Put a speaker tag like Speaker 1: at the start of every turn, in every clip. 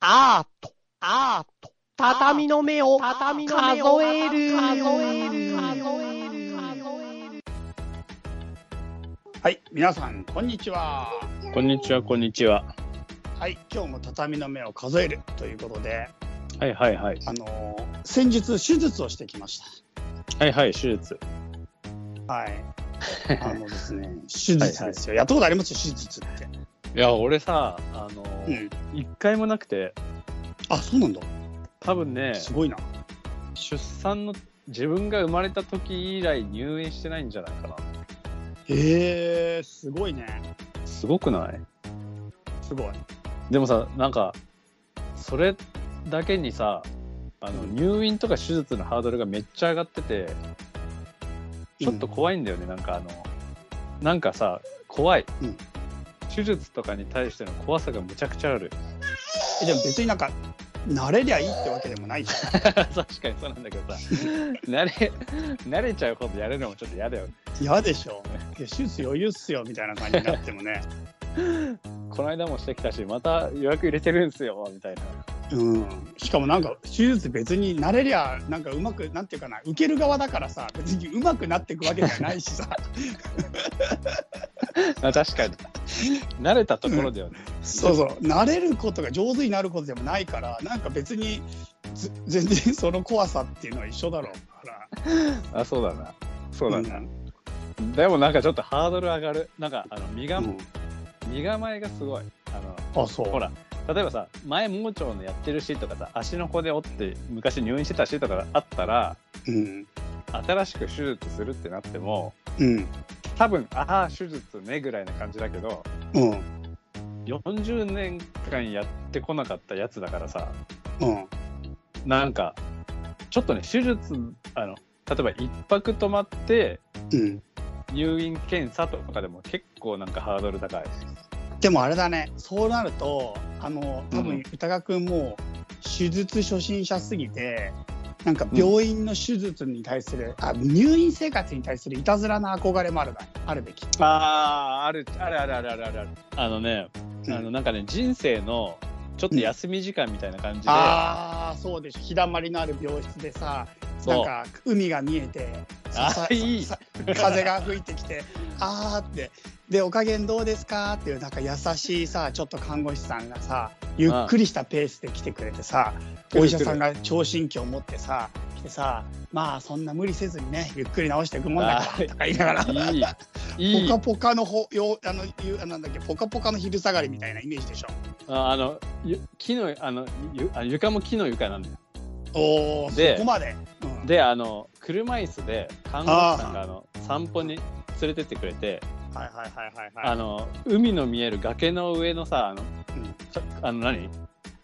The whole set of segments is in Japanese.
Speaker 1: アート、アート、畳の目を、畳の目を数える、数える、数える、
Speaker 2: はい、皆さんこんにちは。
Speaker 3: こんにちは、こんにちは。
Speaker 2: はい、今日も畳の目を数えるということで、
Speaker 3: はいはいはい。
Speaker 2: あのー先日手術をしてきまし
Speaker 3: はいはい、手術。
Speaker 2: た。 はい。あのですね、手術ですよ。やったことあります手術って。
Speaker 3: いや、俺さ、あの
Speaker 2: う
Speaker 3: ー、
Speaker 2: ん。
Speaker 3: 一、回もなくて、
Speaker 2: あ、そうなんだ。
Speaker 3: 多分ね、
Speaker 2: すごいな。
Speaker 3: 出産の、自分が生まれた時以来入院してないんじゃないかな。
Speaker 2: へえ、すごいね。
Speaker 3: すごくない
Speaker 2: すごい。
Speaker 3: でもさ、なんか、それだけにさ、あの、入院とか手術のハードルがめっちゃ上がってて、ちょっと怖いんだよね、なんかあの、なんかさ、怖い。
Speaker 2: うん
Speaker 3: 手術とかに対しての怖さがむちゃくちゃある。
Speaker 2: えでも別になんか慣れりゃいいってわけでもないじゃん。
Speaker 3: 確かにそうなんだけどさ慣れ慣れちゃうことやるのもちょっと嫌だよね
Speaker 2: 嫌でしょ。いや手術余裕っすよみたいな感じになってもね。
Speaker 3: この間もしてきたしまた予約入れてるんすよみたいな
Speaker 2: うん、しかもなんか手術別に慣れりゃなんかうまくなんていうかな受ける側だからさ別にうまくなっていくわけじゃないしさ
Speaker 3: あ確かに慣れたところだよね、
Speaker 2: そうそう慣れることが上手になることでもないからなんか別にず全然その怖さっていうのは一緒だろうから
Speaker 3: あそうだなそうだな、
Speaker 2: ん
Speaker 3: でもなんかちょっとハードル上がるなんかあの身が、
Speaker 2: うん
Speaker 3: 身構えがすごいあの
Speaker 2: あそう
Speaker 3: ほら例えばさ前盲腸のやってるしとかさ足の子で折って昔入院してたしとかがあったら
Speaker 2: うん
Speaker 3: 新しく手術するってなっても
Speaker 2: うん
Speaker 3: 多分ああ手術ねぐらいな感じだけど
Speaker 2: うん
Speaker 3: 40年間やってこなかったやつだからさ
Speaker 2: うん
Speaker 3: なんかちょっとね手術あの例えば一泊泊まって
Speaker 2: うん
Speaker 3: 入院検査とかでも結構なんかハードル高い
Speaker 2: でもあれだねそうなるとあの多
Speaker 3: う
Speaker 2: 分
Speaker 3: ん
Speaker 2: 歌川君も手術初心者すぎてなんか病院の手術に対する、あ入院生活に対するいたずらな憧れもあるなあるべき、
Speaker 3: あーあるあるあるあるあるあるあのね、
Speaker 2: うん
Speaker 3: あのなんかね人生のちょっと休み時間みたいな感じで、
Speaker 2: ああそうでしょ日だまりのある病室でさなん
Speaker 3: そう
Speaker 2: か海が見えて
Speaker 3: あ
Speaker 2: ささ
Speaker 3: いい
Speaker 2: さ風が吹いてきてあーってで「お加減どうですか?」っていうなんか優しいさちょっと看護師さんがさゆっくりしたペースで来てくれてさ
Speaker 3: 来る
Speaker 2: お医者さんが聴診器を持ってさ来てさまあそんな無理せずにねゆっくり治していくもんだ
Speaker 3: あ
Speaker 2: からとか言いながら。
Speaker 3: いいい
Speaker 2: ポカ
Speaker 3: い
Speaker 2: ポカのほよあのゆあなんだっけポカポカの昼下がりみたいなイメージでしょ。
Speaker 3: ああのゆ木のあのゆあ床も木の床なんだよ
Speaker 2: おおそ
Speaker 3: で
Speaker 2: こまで。うん
Speaker 3: であの車椅子で看護師さんがあの散歩に連れてってくれて
Speaker 2: はいはいはいはいはい。
Speaker 3: あの海の見える崖の上のさあの,
Speaker 2: うん
Speaker 3: ちょ、あの何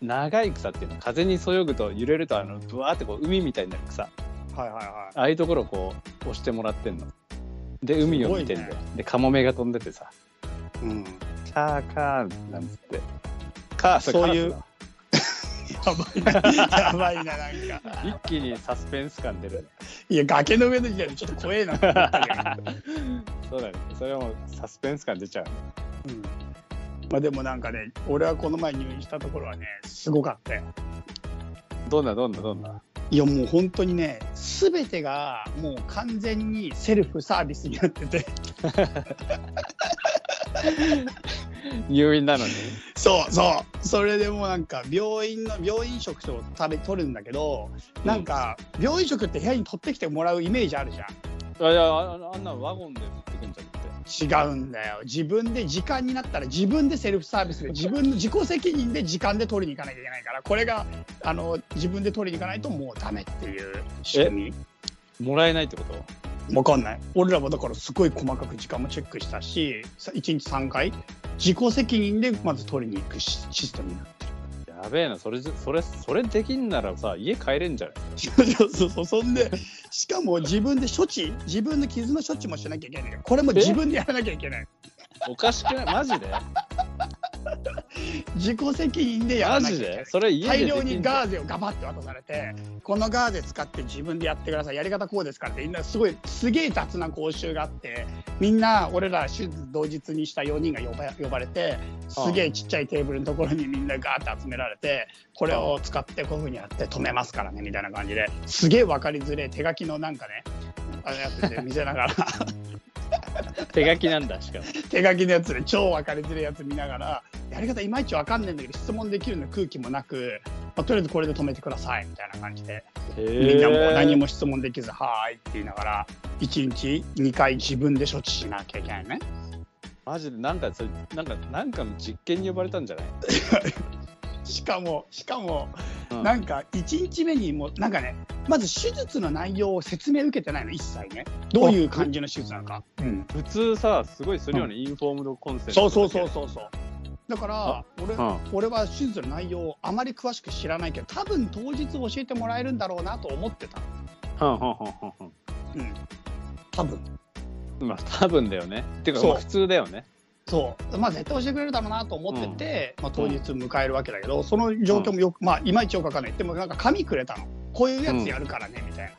Speaker 3: 長い草っていうの風にそよぐと揺れるとあのぶわーってこう海みたいになる草あ
Speaker 2: はいはいはい。
Speaker 3: あいうところをこう押してもらってんので海を見てんだよ、でカモメが飛んでてさ
Speaker 2: うん、
Speaker 3: 「カーカー」なんつってカーそれ
Speaker 2: そういう
Speaker 3: カース
Speaker 2: やばいな、やばいな、なんか。
Speaker 3: だ一気にサスペンス感出るね
Speaker 2: いや、崖の上の時点でちょっと怖えなって思ったけ
Speaker 3: そうだねそれはもうサスペンス感出ちゃう
Speaker 2: ど。うんまあ、でもなんかね、俺はこの前入院したところはね、すごかったよ。
Speaker 3: どんなどんなどん ない
Speaker 2: や、もう本当にね、すべてがもう完全にセルフサービスになってて、
Speaker 3: 入院なのに
Speaker 2: そうそう、それでもうなんか病院の病院食を食べ取るんだけど、なんか病院食って部屋に取ってきてもらうイメージあるじゃん。
Speaker 3: いやいやああんなワゴンで持ってくんじゃなくて
Speaker 2: 違うんだよ自分で時間になったら自分でセルフサービ スで自分の自己責任で時間で取りに行かなきゃいけないからこれがあの自分で取りに行かないともうダメっていう仕組
Speaker 3: もらえないってこと
Speaker 2: みわかんない俺らもだからすごい細かく時間もチェックしたしさ1日3回自己責任でまず取りに行くシシステム になってる
Speaker 3: やべえなそれじそれそれできんならさ家帰れんじゃない
Speaker 2: そうそうそうそんでしかも自分で処置自分の傷の処置もしな きゃいけないこれも自分でやらなきゃいけない
Speaker 3: おかしくないマジで
Speaker 2: 自己責任でや
Speaker 3: マ
Speaker 2: らなきゃい
Speaker 3: ジ
Speaker 2: けない
Speaker 3: でそれ家で
Speaker 2: 大
Speaker 3: で
Speaker 2: 量
Speaker 3: き
Speaker 2: に
Speaker 3: んじゃ
Speaker 2: ガ
Speaker 3: ん
Speaker 2: ーゼをガバッて渡されてこのガーゼ使って自分でやってくださいやり方こうですからってみんなすごいすげえ雑な講習があってみんな俺ら手術同日にした4人が呼ば呼ばれてすげえちっちゃいテーブルのところにみんなガーッて集められてこれを使ってこういうふうにやって止めますからねみたいな感じですげえ分かりづれえ手書きのなんかねあれやってて見せながら
Speaker 3: 手書きなんだしかも
Speaker 2: 手書きのやつで超分かりづれえやつ見ながらやり方いまいち分かんないんだけど質問できるの空気もなく、まあ、とりあえずこれで止めてくださいみたいな感じで。 みんなもう何も質問できず「はーい」って言いながら1日2回自分で処置しなきゃいけないね
Speaker 3: マジでなんかそれなんかなんかの実験に呼ばれたんじゃない
Speaker 2: しかもしかも、
Speaker 3: うん
Speaker 2: なんか1日目にもうなんかねまず手術の内容を説明受けてないの一切ねどういう感じの手術なのか、うん、
Speaker 3: 普通さすごいするよね、インフォームドコンセント
Speaker 2: そうそうそうそうそうだから俺,、
Speaker 3: うん
Speaker 2: 俺は手術の内容をあまり詳しく知らないけど多分当日教えてもらえるんだろうなと思ってた、
Speaker 3: はんはんはんはんはん
Speaker 2: うん、多分
Speaker 3: まあ多分だよねっていうか
Speaker 2: そう
Speaker 3: まあ普通だよね
Speaker 2: そう、まあ、絶対教えてくれるだろうなと思ってて、まあ、当日迎えるわけだけど、その状況もよく、まあ、いまいちよくわかんないでもなんか紙くれたのこういうやつやるからね、みたい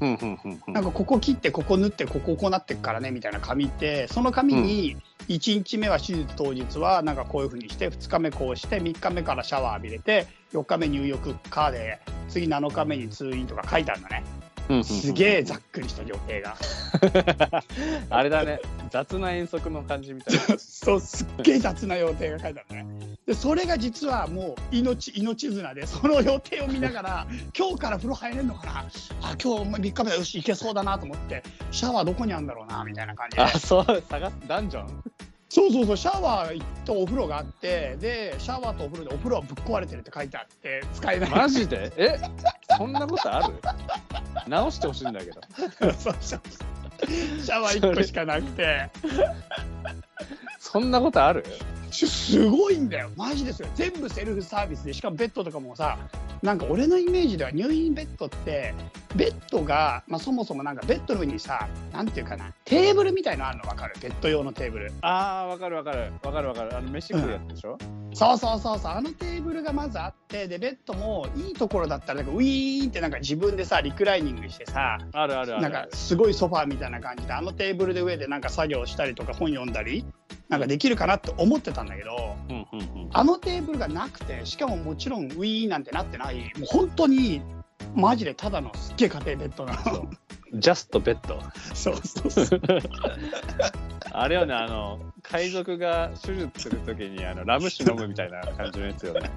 Speaker 3: うんうんうんうん
Speaker 2: ななんかここ切ってここ縫ってこここうなってくからねみたいな紙ってその紙に1日目は手術当日はなんかこういうふうにして2日目こうして3日目からシャワー浴びれて4日目入浴かで次7日目に通院とか書いてあるんだね
Speaker 3: うんうんうん
Speaker 2: すげえざっくりした予定が
Speaker 3: あれだね雑な遠足の感じみたいな
Speaker 2: そうすっげえ雑な予定が書いてあるのねでそれが実はもう命命綱でその予定を見ながら今日から風呂入れるのかなあ今日3日目だよし行けそうだなと思ってシャワーどこにあるんだろうなみたいな感じで
Speaker 3: あそう探すダンジョン
Speaker 2: そうそうそうシャワーとお風呂があってでシャワーとお風呂でお風呂はぶっ壊れてるって書いてあって使えない
Speaker 3: マジでえそんなことある直してほしいんだけど
Speaker 2: そうそうシャワー1個しかなくて
Speaker 3: そんなことある
Speaker 2: すごいんだよマジですよ全部セルフサービスでしかもベッドとかもさなんか俺のイメージでは入院ベッドってベッドが、まあ、そもそもなんかベッドの上にさなんていうかなテーブルみたいのあるの分かるベッド用のテーブル
Speaker 3: あーわかるわかるわかるわかるあの飯食うやつでしょ、
Speaker 2: そうそうそうそうあのテーブルがまずあってでベッドもいいところだったらなんかウィーンってなんか自分でさリクライニングしてさ
Speaker 3: あるあるある
Speaker 2: なんかすごいソファーみたいな感じであのテーブルで上でなんか作業したりとか本読んだりなんかできるかなって思ってたんだけど
Speaker 3: うんうんうん
Speaker 2: あのテーブルがなくてしかももちろんウィーなんてなってないもう本当にマジでただのすっげえ家庭ベッドな の
Speaker 3: ジャストベッド
Speaker 2: そうそうそう
Speaker 3: あれよねあの海賊が手術するときにあのラム酒飲むみたいな感じのやつよね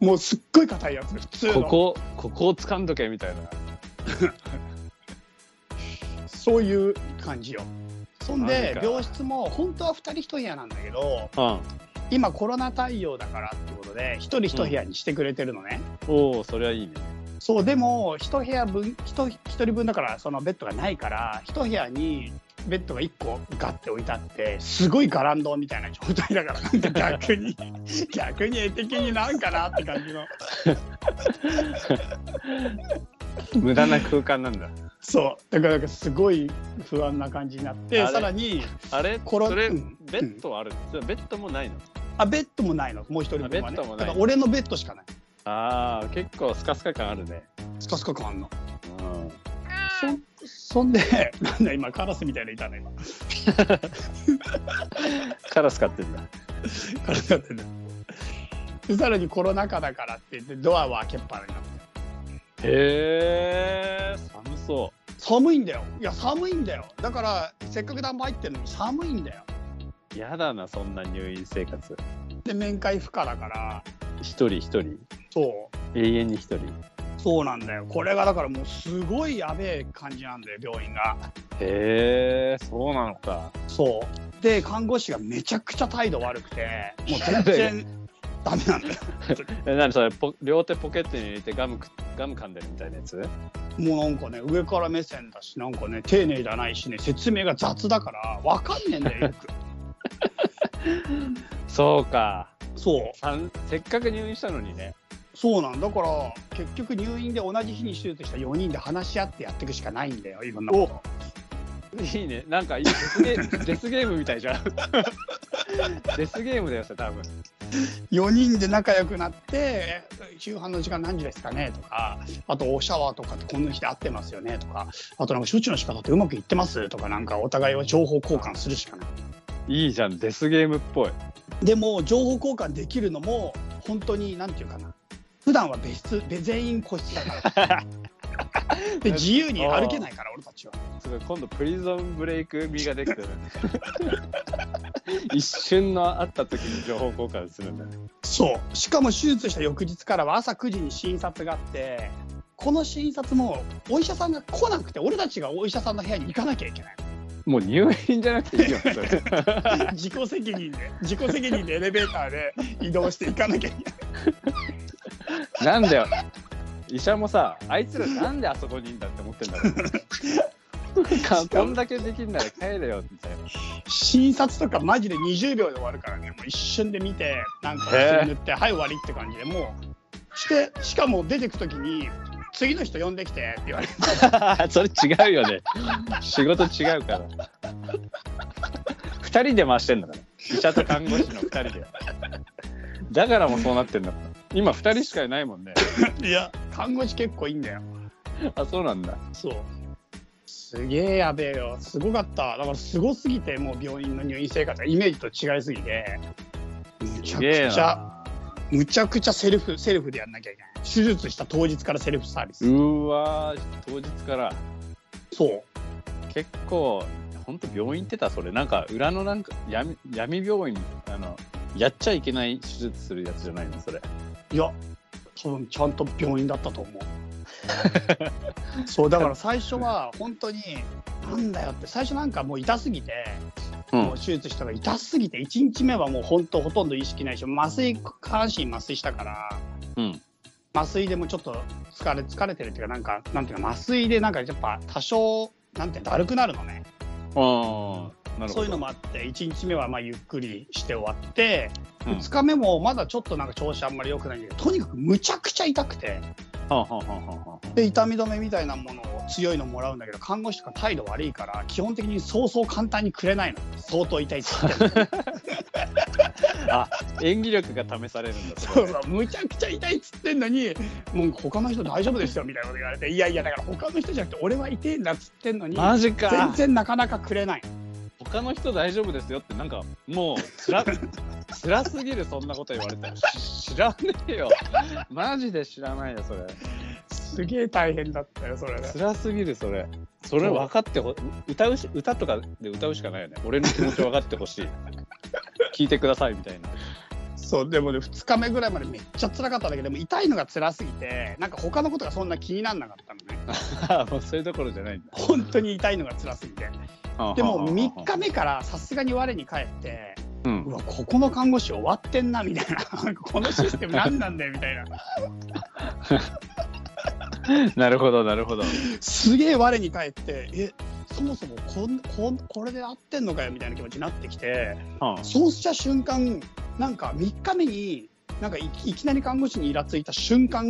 Speaker 2: もうすっごい硬いやつ普通の
Speaker 3: ここここを掴んどけみたいな
Speaker 2: そういう感じよそん
Speaker 3: マジ
Speaker 2: で
Speaker 3: か
Speaker 2: 病室も本当は2人1部屋なんだけど
Speaker 3: うん
Speaker 2: 今コロナ対応だからってことで1人1部屋にしてくれてるのね、
Speaker 3: おおそれはいいね
Speaker 2: そうでも1部屋分 1, 人分だからそのベッドがないから1部屋にベッドが1個ガッて置いてあってすごいガランドみたいな状態だからなんか逆 に逆に絵的になんかなって感じの
Speaker 3: 無駄な空間なんだ
Speaker 2: そうだからなんかすごい不安な感じになって
Speaker 3: あれ
Speaker 2: さらに
Speaker 3: あれ
Speaker 2: これ
Speaker 3: それ
Speaker 2: うん
Speaker 3: ベッドある、それベッドもないの
Speaker 2: あベッドもないのもう1人分は
Speaker 3: あベッ
Speaker 2: ね
Speaker 3: ドもな
Speaker 2: だ
Speaker 3: い
Speaker 2: から俺のベッドしかない
Speaker 3: ああ結構スカスカ感あるね
Speaker 2: スカスカ感あんの
Speaker 3: うん
Speaker 2: そそんで なんだ今カラスみたいないたね今
Speaker 3: カラス飼ってんだ
Speaker 2: カラスだってねでさらにコロナ禍だからって言ってドアは開けっぱなになって
Speaker 3: へえ寒そ
Speaker 2: 寒いんだよいや寒いんだよだからせっかく暖房入ってるのに寒いんだよ
Speaker 3: うやだなそんな入院生活
Speaker 2: で面会不可だから
Speaker 3: 一人一人
Speaker 2: そう
Speaker 3: 永遠に一人
Speaker 2: そうなんだよこれがだからもうすごいやべえ感じなんだよ病院が
Speaker 3: へえそうなのか
Speaker 2: そうで看護師がめちゃくちゃ態度悪くてもう全然ダメなんだよ
Speaker 3: え何それポ両手ポケットに入れてガムくガム噛んでるみたいなやつ
Speaker 2: もうなんかね上から目線だしなんかね丁寧じゃないしね説明が雑だからわかんねえんだよよく
Speaker 3: そうか
Speaker 2: そう
Speaker 3: さんせっかく入院したのにね
Speaker 2: そうなんだから結局入院で同じ日に手術した4人で話し合ってやっていくしかないんだよいろんなこ
Speaker 3: いいね なんかいいデスゲーデスゲームみたいじゃんデスゲームだよそれ多分
Speaker 2: と4人で仲良くなって「夕飯の時間何時ですかね?」とかあと「おシャワーとかってこんな日で合ってますよね?」とかあとなんか「処置の仕方ってうまくいってます?」とかなんかお互いは情報交換するしかない。
Speaker 3: いいじゃん、デスゲームっぽい。
Speaker 2: でも情報交換できるのも本当に何て言うかな普段は別室全員個室だからで自由に歩けないから俺たちは
Speaker 3: すごい今度プリゾンブレイク味ができ てる。一瞬の会った時に情報交換するんだね。
Speaker 2: そうしかも手術した翌日からは朝9時に診察があってこの診察もお医者さんが来なくて俺たちがお医者さんの部屋に行かなきゃいけない
Speaker 3: もう入院じゃなくていいよ、それ。
Speaker 2: 自己責任で自己責任でエレベーターで移動していかなきゃいけない
Speaker 3: なんだよ。医者もさ、あいつらなんであそこにいんだって思ってんだろう。かこんだけできんなら帰れよみたいな。
Speaker 2: 診察とかマジで20秒で終わるからねもう一瞬で見てなんか
Speaker 3: へえ
Speaker 2: 塗ってはい終わりって感じでもうしてしかも出てく時に次の人呼んできてって言われて
Speaker 3: それ違うよね。仕事違うから。二人で回してんだから。医者と看護師の二人で。だからもうそうなってんだから。今二人しかいないもんね。
Speaker 2: いや看護師結構いいんだよ
Speaker 3: あ、そうなんだ。
Speaker 2: そうすげえやべえよすごかっただからすごすぎてもう病院の入院生活がイメージと違いすぎてむち
Speaker 3: す
Speaker 2: ゃ
Speaker 3: げえ
Speaker 2: くちゃ
Speaker 3: な。
Speaker 2: むちゃくちゃセルフセルフでやんなきゃいけない手術した当日からセルフサービス、
Speaker 3: うーわー、当日から。
Speaker 2: そう
Speaker 3: 結構本当病院行ってたそれなんか裏のなんか闇闇病院あのやっちゃいけない手術するやつじゃないのそれ
Speaker 2: いや多分ちゃんと病院だったと思う そうだから最初は本当になんだよって最初なんかもう痛すぎて、
Speaker 3: うん
Speaker 2: もう手術したら痛すぎて1日目はもう本当ほとんど意識ないし麻酔下半身麻酔したから
Speaker 3: うん
Speaker 2: 麻酔でもうちょっと疲れ疲れてるっていうかなんかなんていうか麻酔でなんかやっぱ多少なんていうのだるくなるのね
Speaker 3: ああなるほど
Speaker 2: そういうのもあって1日目はまあゆっくりして終わって、
Speaker 3: うん
Speaker 2: 2日目もまだちょっとなんか調子あんまり良くないんだけどとにかくむちゃくちゃ痛くて。
Speaker 3: はあはあはあはあはあ
Speaker 2: で痛み止めみたいなものを強いのもらうんだけど看護師とか態度悪いから基本的にそうそう簡単にくれないの相当痛いっつって
Speaker 3: 演技力が試されるんだ そ
Speaker 2: そ
Speaker 3: れ
Speaker 2: うそうむちゃくちゃ痛いっつってんのにもう他の人大丈夫ですよみたいなこと言われていやいやだから他の人じゃなくて俺は痛えんだっつってんのに
Speaker 3: マジ
Speaker 2: 全
Speaker 3: か
Speaker 2: 然なかなかくれない
Speaker 3: 他の人大丈夫ですよってなんかもうつら辛すぎるそんなこと言われたらし知らねえよマジで知らないよそれ
Speaker 2: すげえ大変だったよそれね
Speaker 3: 辛すぎるそれそれ分かってほ歌うし歌とかで歌うしかないよね俺の気持ち分かってほしい 聞いてくださいみたいな
Speaker 2: そうでもね2日目ぐらいまでめっちゃ辛かったんだけどでも痛いのが辛すぎてなんか他のことがそんな気になんなかったのね
Speaker 3: あもうそれどころじゃないん
Speaker 2: 本当に痛いのが辛すぎて
Speaker 3: だ
Speaker 2: でも3日目からさすがに我に返って
Speaker 3: うん
Speaker 2: うわここの看護師終わってんなみたいな このシステム何なんだよみたいな
Speaker 3: なるほどなるほど
Speaker 2: すげえ我に返ってえそもそもこんこんこれで合ってんのかよみたいな気持ちになってきて
Speaker 3: は
Speaker 2: そうした瞬間なんか3日目になんかいいきなり看護師にイラついた瞬間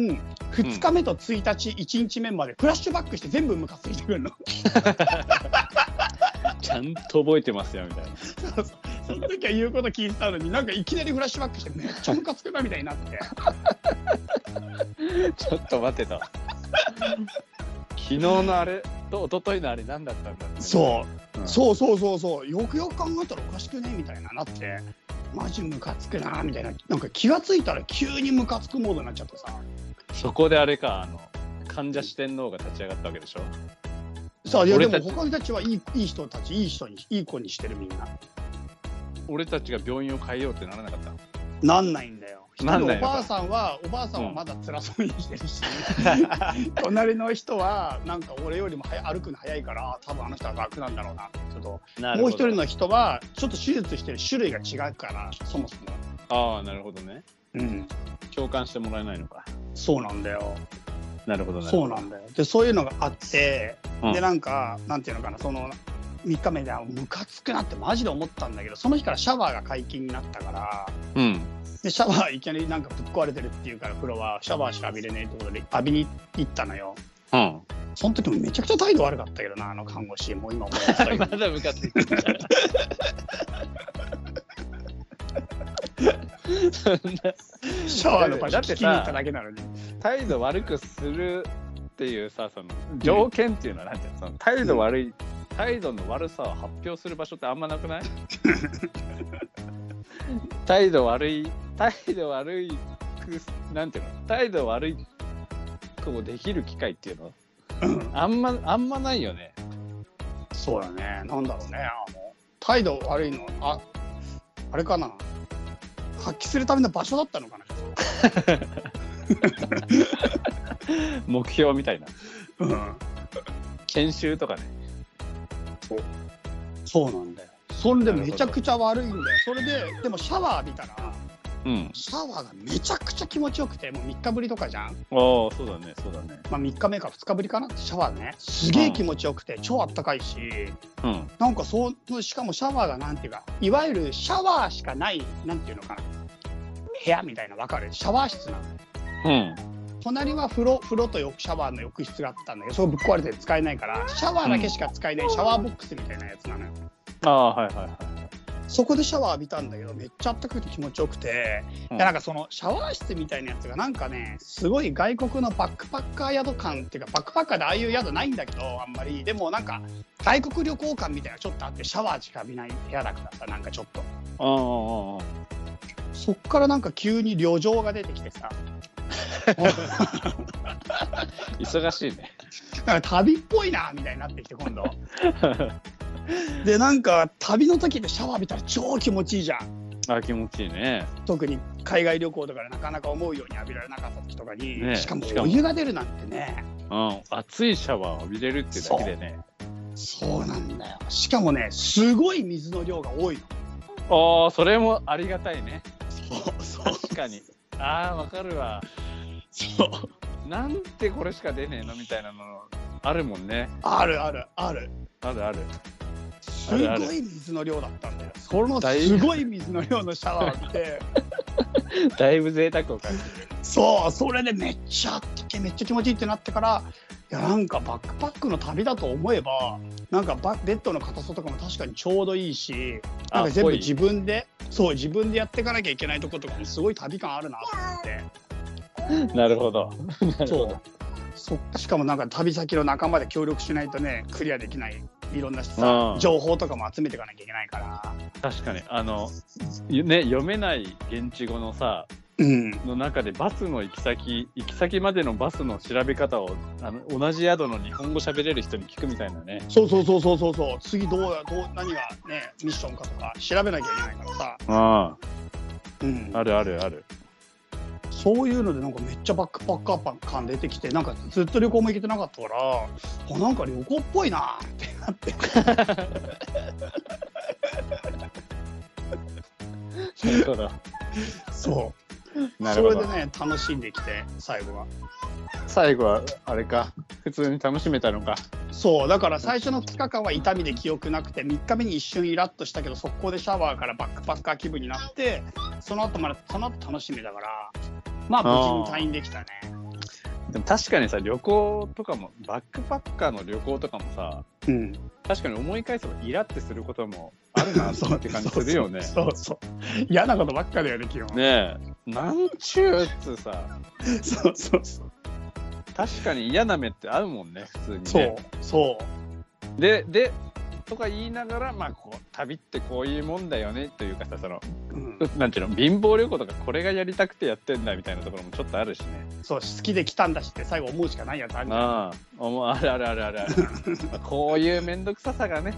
Speaker 2: 2日目と1日、1日目までフラッシュバックして全部ムカついてくるの
Speaker 3: あちゃんと覚えてますよみたいな
Speaker 2: そうそうその時は言うこと聞いてたのになんかいきなりフラッシュバックしてめっちゃムカつくなみたいになって
Speaker 3: ちょっと待ってた昨日のあれと一昨日のあれ何だったんだろね
Speaker 2: そう、
Speaker 3: うん
Speaker 2: そうそうそうそうよくよく考えたらおかしくねみたいななってマジムカつくなみたいななんか気がついたら急にムカつくモードになっちゃってさ
Speaker 3: そこであれかあの患者四天王が立ち上がったわけでしょ
Speaker 2: さあいやで
Speaker 3: 俺
Speaker 2: も
Speaker 3: たち
Speaker 2: 他の人たちはいいいい人たちいい人にいい子にしてるみんな
Speaker 3: 俺たちが病院を変えようってならなかった
Speaker 2: なんないんだよ一
Speaker 3: なん
Speaker 2: 人
Speaker 3: ない
Speaker 2: お
Speaker 3: のか
Speaker 2: ばあさんはおばあさんはまだ辛そうにして るし、隣の人はなんか俺よりも早い歩くの早いからあ多分あの人は楽なんだろうなってちょっと
Speaker 3: な
Speaker 2: もう一人の人はちょっと手術してる種類が違うからそもそも
Speaker 3: ああなるほどね
Speaker 2: うん
Speaker 3: 共感してもらえないのか
Speaker 2: そうなんだよ
Speaker 3: なるほどなる
Speaker 2: そ
Speaker 3: ほ
Speaker 2: う
Speaker 3: ど
Speaker 2: なんだよでそういうのがあって、
Speaker 3: うん
Speaker 2: でなんかなんていうのかなその3日目であムカつくなってマジで思ったんだけどその日からシャワーが解禁になったから
Speaker 3: うん
Speaker 2: でシャワーいきなりなんかぶっ壊れてるっていうから風呂はシャワーしか浴びれねえってことで浴びに行ったのよ
Speaker 3: うん
Speaker 2: その時もめちゃくちゃ態度悪かったけどなあの看護師もう今思い出したけど
Speaker 3: まだムカついてるそんな
Speaker 2: シャワーの場所
Speaker 3: だ
Speaker 2: 聞
Speaker 3: っ
Speaker 2: き
Speaker 3: てさ
Speaker 2: に行っただけなのに。
Speaker 3: 態度悪くするっていうさその条件っていうのはなんていうのその態度悪い、態度の悪さを発表する場所ってあんまな くない態度悪い態度悪いくなんていうの態度悪いこうできる機会っていうの
Speaker 2: うん
Speaker 3: あんまあんまないよね
Speaker 2: そうだね。なんだろうね。あの態度悪いのああれかな。発揮するための場所だったのかな。
Speaker 3: 目標みたいな
Speaker 2: うん。
Speaker 3: 研修とかね
Speaker 2: そうなんだよ。それで
Speaker 3: なるほど
Speaker 2: めちゃくちゃ悪いんだよ。それででもシャワー浴びたら
Speaker 3: うん
Speaker 2: シャワーがめちゃくちゃ気持ちよくてもう3日ぶりとかじゃん。
Speaker 3: ああそうだねそうだね
Speaker 2: まあ3日目か2日ぶりかな。シャワーね。すげえ気持ちよくて超あったかいし。
Speaker 3: うん
Speaker 2: なんかそう、しかもシャワーがなんていうか、いわゆるシャワーしかない、なんていうのかな、部屋みたいな、わかるシャワー室なの。
Speaker 3: うん
Speaker 2: 隣は風呂、風呂とよシャワーの浴室があったんだけど、そこぶっ壊れて使えないから、シャワーだけしか使えないシャワーボックスみたいなやつなのよ。
Speaker 3: ああはいはいはい
Speaker 2: そこでシャワー浴びたんだけど、めっちゃあったかくて気持ちよくて、
Speaker 3: うん
Speaker 2: いやなんかそのシャワー室みたいなやつが、なんかね、すごい外国のバックパッカー宿感っていうか、バックパッカーでああいう宿ないんだけど、あんまり、でもなんか、外国旅行感みたいなのちょっとあって、シャワーしか浴びない部屋だからさ、なんかちょっと。
Speaker 3: あああああ
Speaker 2: そっからなんか急に旅情が出てきてさ
Speaker 3: あ忙しいね
Speaker 2: なんか旅っぽいなみたいになってきて今 度でなんか旅の時でシャワー浴びたら超気持ちいいじゃん
Speaker 3: あ気持ちいいね。
Speaker 2: 特に海外旅行とかでなかなか思うように浴びられなかった時とかに、
Speaker 3: ねえ
Speaker 2: しかも
Speaker 3: しか
Speaker 2: お
Speaker 3: も
Speaker 2: 湯が出るなんてね
Speaker 3: うん、熱いシャワーを浴びれるってだけでね。
Speaker 2: そうなんだよしかもねすごい水の量が多いの
Speaker 3: ああ、それもありがたいね。
Speaker 2: そうそう
Speaker 3: 確かに。ああ、わかるわ。
Speaker 2: そう
Speaker 3: なんてこれしか出ねえのみたいなのあるもんね。
Speaker 2: あるあるある
Speaker 3: あるある。
Speaker 2: す
Speaker 3: あるある
Speaker 2: ごい水の量だったんだよそのすごい水の量のシャワーを浴びて
Speaker 3: だいぶ贅沢を感じ
Speaker 2: そうそれでめっちゃあったけめっちゃ気持ちいいってなってからいやなんかバックパックの旅だと思えばなんかバベッドの硬さとかも確かにちょうどいいしなんか全
Speaker 3: あぽ
Speaker 2: 部
Speaker 3: い
Speaker 2: 自分でそう自分でやっていかなきゃいけないとことかもすごい旅感あるなと
Speaker 3: る。なるほど。
Speaker 2: 思ってそうそしかもなんか旅先の仲間で協力しないとねクリアできないいろんなさ
Speaker 3: うん
Speaker 2: 情報とかも集めていかなきゃいけないから
Speaker 3: 確かに。あの、ね、読めない現地語のさ、
Speaker 2: うん
Speaker 3: の中でバスの行き先、行き先までのバスの調べ方を、あの同じ宿の日本語喋れる人に聞くみたいなね。
Speaker 2: そうそうそうそうそうそう次どうやどう何がねミッションかとか調べなきゃいけないからさ、
Speaker 3: あ
Speaker 2: うん
Speaker 3: あ、あるあるある。
Speaker 2: そういうのでなんかめっちゃバックパッカーパン感出てきてなんかずっと旅行も行けてなかったからあなんか旅行っぽいなってなって
Speaker 3: なるほど。
Speaker 2: そう
Speaker 3: な
Speaker 2: そ
Speaker 3: るほ
Speaker 2: れ
Speaker 3: ど
Speaker 2: で。ね楽しんできて最後は
Speaker 3: 最後はあれか普通に楽しめたのか
Speaker 2: そうだから最初の2日間は痛みで記憶なくて3日目に一瞬イラッとしたけど速攻でシャワーからバックパッカー気分になってその後まだその後楽しみだからまあ無事に退院できたね
Speaker 3: でも確かにさ旅行とかもバックパッカーの旅行とかもさ
Speaker 2: うん
Speaker 3: 確かに思い返せばイラってすることもある なって感じするよね
Speaker 2: そうそうそう嫌なことばっかだよね基本
Speaker 3: ねえなんちゅうっつうさ
Speaker 2: そうそうそう
Speaker 3: 確かに嫌な目って合うもんね普通にね
Speaker 2: そうそう
Speaker 3: ででとか言いながらまあこう旅ってこういうもんだよねというかさその
Speaker 2: うん
Speaker 3: なんていうの貧乏旅行とかこれがやりたくてやってんだみたいなところもちょっとあるしね
Speaker 2: そう好きで来たんだしって最後思うしかないやつあるじゃん
Speaker 3: ああ、おもあるあるあるあるある。 こういう面倒くささがね、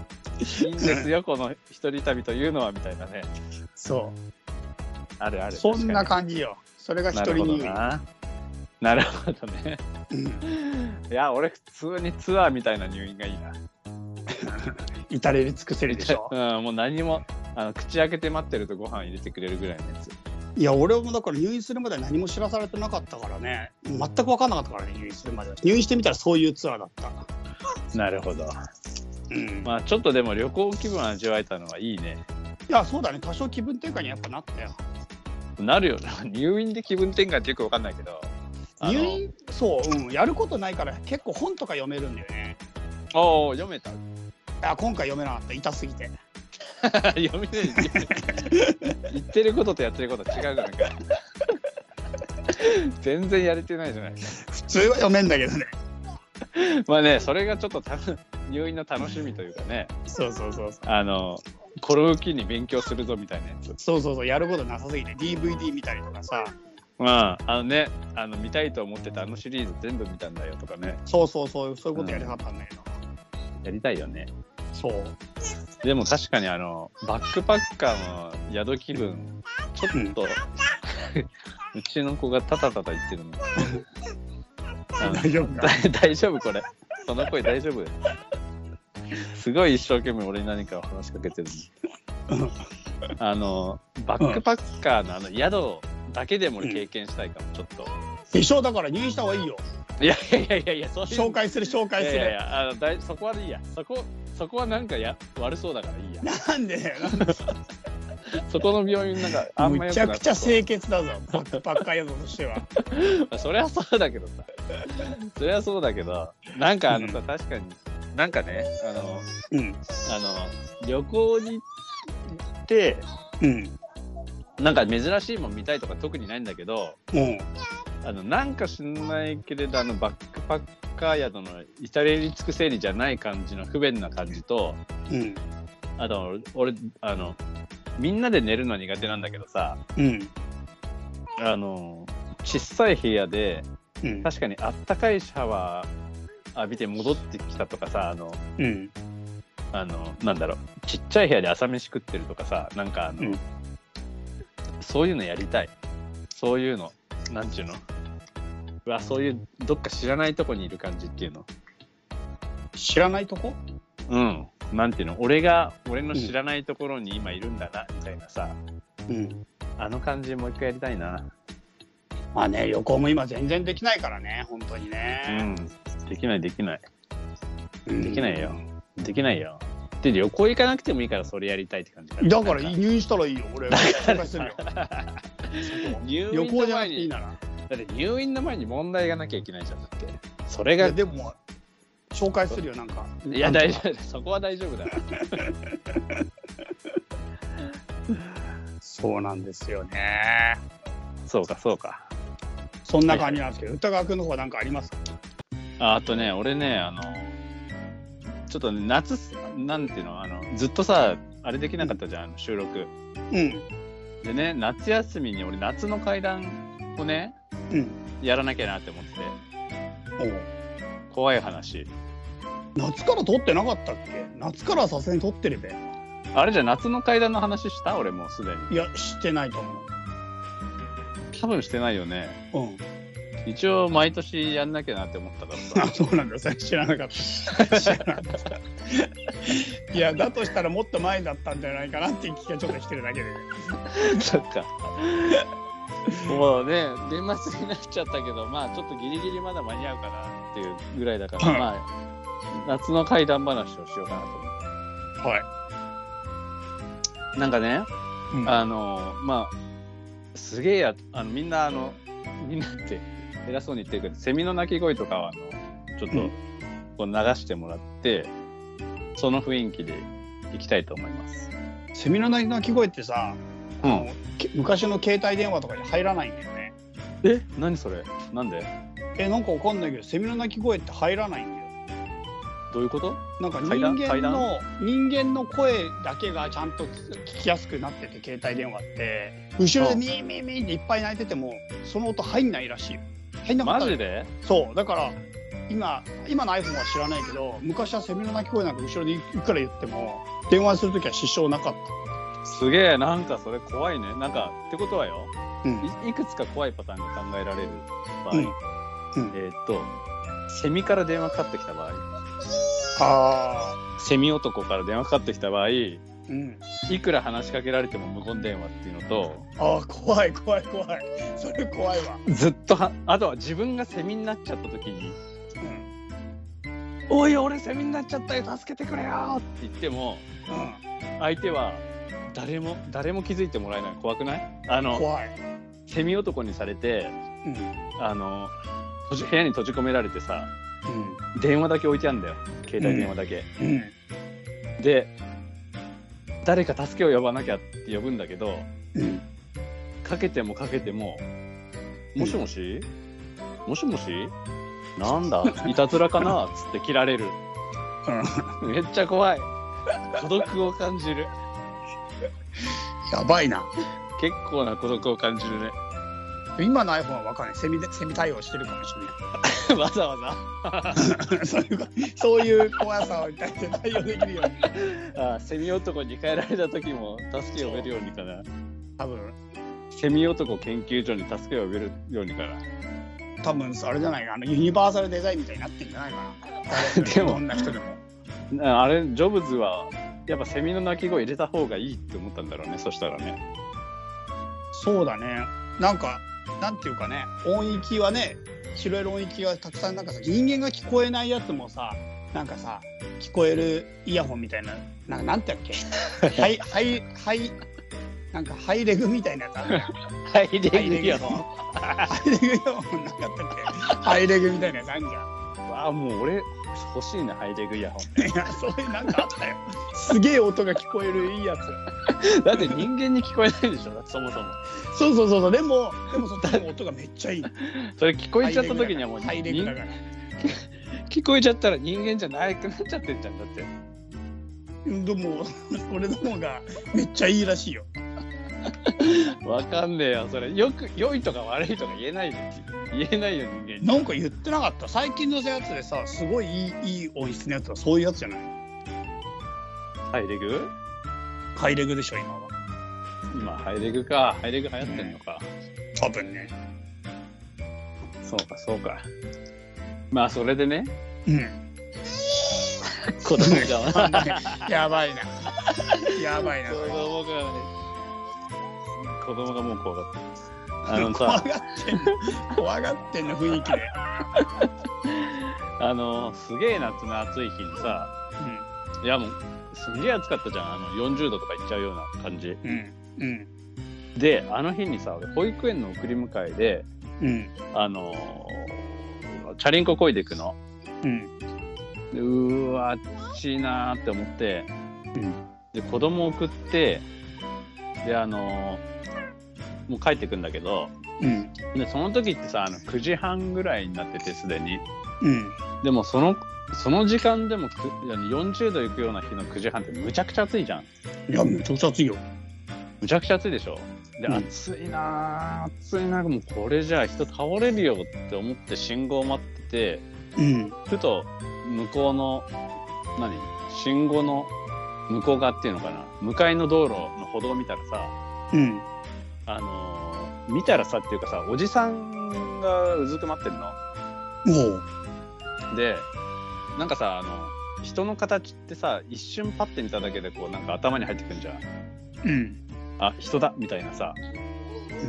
Speaker 3: いいんです よ、この一人旅というのはみたいなね。
Speaker 2: そ
Speaker 3: あるあ
Speaker 2: う
Speaker 3: る。
Speaker 2: そんな
Speaker 3: 確
Speaker 2: 感じよそれが一
Speaker 3: か
Speaker 2: 人
Speaker 3: に
Speaker 2: に
Speaker 3: なるほどな。なるほどね。
Speaker 2: うん
Speaker 3: いや、俺、普通にツアーみたいな入院がいいな。
Speaker 2: 至れり尽くせりでしょ
Speaker 3: うん、もう何も、あの口開けて待ってるとご飯入れてくれるぐらいのやつ。
Speaker 2: いや俺もだから入院するまで何も知らされてなかったからね全く分かんなかったからね入院するまで入院してみたらそういうツアーだった
Speaker 3: なるほど。
Speaker 2: うん、
Speaker 3: まあ、ちょっとでも旅行気分味わえたのはいいね。
Speaker 2: いやそうだね多少気分転換にやっぱなったよ
Speaker 3: なるよな。入院で気分転換ってよくわかんないけど。あの
Speaker 2: 入院そう、うん、やることないから結構本とか読めるんだよね
Speaker 3: おー読めた。
Speaker 2: あ今回読めなかった痛すぎて
Speaker 3: 読みねえ言ってることとやってることは違うからか全然やれてないじゃない
Speaker 2: 普通は読めんだけどね
Speaker 3: まあねそれがちょっと多分入院の楽しみというかね
Speaker 2: そうそうそうそう
Speaker 3: あのこれを機に勉強するぞみたいなやつ
Speaker 2: そうそうそうやることなさすぎて DVD 見たりとかさ
Speaker 3: まああのねあの見たいと思ってたあのシリーズ全部見たんだよとかね
Speaker 2: そうそうそうそういうことやりたかったんだけど、
Speaker 3: やりたいよね
Speaker 2: そう
Speaker 3: でも確かにあのバックパッカーの宿気分ちょっと うちの子がタタタタ言ってる のあの
Speaker 2: 大丈夫か
Speaker 3: だ 大丈夫これその声大丈夫すごい一生懸命俺に何かを話しかけてるのにあのバックパッカーのあの宿だけでも経験したいかもちょっと
Speaker 2: でしょだから入院した方がいいよ
Speaker 3: いやいやいやいやそういう
Speaker 2: 紹介する紹
Speaker 3: い
Speaker 2: 介す
Speaker 3: や
Speaker 2: る
Speaker 3: いやいやあのだいそこはいいやそこそこはなんかや悪そうだからいいや
Speaker 2: なんでだよ
Speaker 3: そこの病院なんかあん
Speaker 2: む
Speaker 3: まよく
Speaker 2: ち
Speaker 3: な
Speaker 2: ゃ
Speaker 3: く
Speaker 2: くちゃ清潔だぞバックパッカー宿としては
Speaker 3: まあそりゃそうだけどさそりゃそうだけどなんかあのさ、
Speaker 2: う
Speaker 3: 確かになんかねあの
Speaker 2: うん
Speaker 3: あの旅行に行って
Speaker 2: うん
Speaker 3: なんか珍しいもん見たいとか特にないんだけど
Speaker 2: も
Speaker 3: あのなんか知んないけれどあのバックパッカー宿の至れり尽くせりじゃない感じの不便な感じと
Speaker 2: ううん
Speaker 3: あと俺あのみんなで寝るの苦手なんだけどさ
Speaker 2: うん
Speaker 3: あの小さい部屋で
Speaker 2: うん
Speaker 3: 確かにあったかいシャワー浴びて戻ってきたとかさあの
Speaker 2: うん
Speaker 3: あのなんだろうちっちゃい部屋で朝飯食ってるとかさなんかあの、
Speaker 2: うん
Speaker 3: そういうのやりたいそういうのなんちゅうのうわそういうどっか知らないとこにいる感じっていうの
Speaker 2: 知らないとこ
Speaker 3: うんなんていうの俺が俺の知らないところに今いるんだな、みたいなさ
Speaker 2: うん
Speaker 3: あの感じもう一回やりたいな
Speaker 2: まあね旅行も今全然できないからね本当に
Speaker 3: う
Speaker 2: ね、
Speaker 3: んできないできない
Speaker 2: うん
Speaker 3: できないよできないよで旅行行かなくてもいいからそれやりたいって感じかな
Speaker 2: だか
Speaker 3: な
Speaker 2: ら
Speaker 3: ん
Speaker 2: 入院したらいいよ俺紹介するよ
Speaker 3: 入
Speaker 2: 旅
Speaker 3: 院
Speaker 2: 行
Speaker 3: の
Speaker 2: じゃな
Speaker 3: 前
Speaker 2: くていい
Speaker 3: に
Speaker 2: なら
Speaker 3: だって入院の前に問題がなきゃいけないじゃんだってそれ
Speaker 2: い
Speaker 3: が
Speaker 2: やでも紹介するよなんか
Speaker 3: いや大丈夫 だそこは大丈夫だ
Speaker 2: そうなんですよね
Speaker 3: そうかそうか
Speaker 2: そんな感じなんですけど歌川君の方は何かありますか
Speaker 3: ああとね俺ねあのちょっと夏なんていうのあのずっとさあれできなかったじゃん、あの収録
Speaker 2: うん
Speaker 3: でね夏休みに俺夏の階段をね
Speaker 2: うん
Speaker 3: やらなきゃなって思ってて
Speaker 2: おう
Speaker 3: 怖い話
Speaker 2: 夏から撮ってなかったっけ夏からはさすがに撮ってるべ
Speaker 3: あれじゃ夏の階段の話した俺もうすでに
Speaker 2: いや知ってないと思
Speaker 3: 多分してないよね
Speaker 2: ううん
Speaker 3: 一応毎年やんなきゃなって思ったから
Speaker 2: あ
Speaker 3: さ
Speaker 2: そうなんだそれ知らなかった知らなかったいやだとしたらもっと前だったんじゃないかなっていう気がちょっとしてるだけで
Speaker 3: そっか。もうね、年末になっちゃったけど、まあちょっとギリギリまだ間に合うかなっていうぐらいだから、
Speaker 2: はい
Speaker 3: まあ、夏の怪談話をしようかなと思
Speaker 2: は
Speaker 3: う。なんかね、
Speaker 2: い、うん
Speaker 3: あの、まあ、すげえや、あの、みんな、あの、みんなって偉そうに言ってるけど、セミの鳴き声とかは、あの、ちょっと
Speaker 2: うん、
Speaker 3: こう流してもらって、その雰囲気でいきたいと思います。
Speaker 2: セミの鳴き声ってさ、
Speaker 3: う
Speaker 2: あの。け昔の携帯電話とかに入らないんだよね
Speaker 3: え何それなんで
Speaker 2: えなんかわかんないけどセミの鳴き声って入らないんだよ
Speaker 3: どういうこと
Speaker 2: なんか人
Speaker 3: 階段
Speaker 2: 間
Speaker 3: 階段
Speaker 2: の人間の声だけがちゃんと聞きやすくなってて携帯電話って後ろでミーミーミーっていっぱい鳴いててもその音入んないらしいよ入んなかっ
Speaker 3: マ
Speaker 2: た
Speaker 3: ジで
Speaker 2: そうだから今今の iPhone は知らないけど昔はセミの鳴き声なんか後ろでいくら言っても電話するときは支障なかっ
Speaker 3: すげえなんかそれ怖いねなんかってことはよ
Speaker 2: た、うん
Speaker 3: いいくつか怖いパターンが考えられる場
Speaker 2: う
Speaker 3: 合、
Speaker 2: んうん
Speaker 3: えーっとセミから電話かかってきた場合
Speaker 2: あ
Speaker 3: セミ男から電話かかってきた場合い
Speaker 2: ー、うん、
Speaker 3: くら話しかけられても無言電話っていうのと
Speaker 2: あー怖い怖い怖いそれ怖いわ、
Speaker 3: ずっとはあとは自分がセミになっちゃった時に
Speaker 2: うんうん、
Speaker 3: 「おい俺セミになっちゃったよ助けてくれよ!」って言っても相手は誰も誰も気づいてもらえない怖くないあの
Speaker 2: 怖い、
Speaker 3: セミ男にされて
Speaker 2: うん
Speaker 3: あの閉じ部屋に閉じ込められてさ
Speaker 2: うん
Speaker 3: 電話だけ置いてあるんだよ携帯電話だけ、
Speaker 2: うん
Speaker 3: で誰か助けを呼ばなきゃって呼ぶんだけど
Speaker 2: うん
Speaker 3: かけてもかけても「もしもし、もしもしなん だいたずらかな?」っつって切られるめっちゃ怖い孤独を感じる
Speaker 2: やばいな
Speaker 3: 結構な孤独を感じるね
Speaker 2: 今の iPhone は分かんないセミでセミ対応してるかもし
Speaker 3: わざわざ
Speaker 2: れないそういう こそういう怖さを対応できるように
Speaker 3: あセミ男に変えられた時も助け呼べるようにかな
Speaker 2: 多分
Speaker 3: セミ男研究所に助けを呼べるようにかな
Speaker 2: 多分あれじゃないかあのユニバーサルデザインみたいになってんじゃないかな
Speaker 3: でも
Speaker 2: どんな人でも
Speaker 3: なあれジョブズはやっぱセミの鳴き声入れた方がいいって思ったんだろうねそしたらね
Speaker 2: そうだねなんかなんていうかね音域はね白い音域はたくさんなんかさ人間が聞こえないやつもさなんかさ聞こえるイヤホンみたいななんかなんてやっけ はいはいはいなんかハイレグみたいなやつあるじゃん
Speaker 3: はいで
Speaker 2: ハイレグイヤホンハイレグイヤ ホンなかったっけハイレグみたいなやつあるじゃん
Speaker 3: わあもう俺欲しいなハイデグイヤホン
Speaker 2: いやそういうなんかあったよすげえ音が聞こえるいいやつ
Speaker 3: だって人間に聞こえないでしょだってそもそも
Speaker 2: そうそうそうそうでもでもそっちの音がめっちゃいいの
Speaker 3: それ聞こえちゃった時にはもう
Speaker 2: ハイレグだから
Speaker 3: 聞こえちゃったら人間じゃなくなっちゃってんじゃんだって
Speaker 2: でも俺の方がめっちゃいいらしいよ
Speaker 3: わかんねえよそれよく良いとか悪いとか言えないよ言えないよ人間に
Speaker 2: なんか言ってなかった最近のやつでさすごいいいいい音質のやつはそういうやつじゃない
Speaker 3: ハイデグ
Speaker 2: ハイレグでしょ今は
Speaker 3: 今ハイデグかハイデグ流行ってんのか、
Speaker 2: 多分ね
Speaker 3: そうかそうかまあそれでね
Speaker 2: うん
Speaker 3: 子供 が
Speaker 2: やばいなやばいな
Speaker 3: 子供が子供がもう怖がってるあの
Speaker 2: 怖
Speaker 3: さ
Speaker 2: がってんの怖がってんの雰囲気で、
Speaker 3: あのすげえ夏の暑い日にさいやもうすんげえ暑かったじゃんあの40度とかいっちゃうような感じ
Speaker 2: うんうんうん
Speaker 3: であの日にさ俺保育園の送り迎えで
Speaker 2: うん
Speaker 3: あのーチャリンコこいでいくの
Speaker 2: うん
Speaker 3: でうーわ暑いなーって思って、
Speaker 2: うん
Speaker 3: で子供送ってであのーもう帰ってくんだけど
Speaker 2: うん
Speaker 3: でその時ってさあの9時半ぐらいになっててすでに
Speaker 2: うん
Speaker 3: でもそのその時間でもくあの40度いくような日の9時半ってむちゃくちゃ暑いじゃん
Speaker 2: いやめちゃくちゃ暑いよ
Speaker 3: むちゃくちゃ暑いでしょで、
Speaker 2: うん
Speaker 3: 暑いなー暑いなーもうこれじゃあ人倒れるよって思って信号待ってて
Speaker 2: うん
Speaker 3: ふと向こうの何信号の向こう側っていうのかな向かいの道路の歩道を見たらさ
Speaker 2: うん
Speaker 3: あのー見たらさっていうかさおじさんがうずくまってんの
Speaker 2: おう
Speaker 3: でなんかさあの人の形ってさ一瞬パッて見ただけでこうなんか頭に入ってくんじゃん
Speaker 2: うん
Speaker 3: あ人だみたいなさ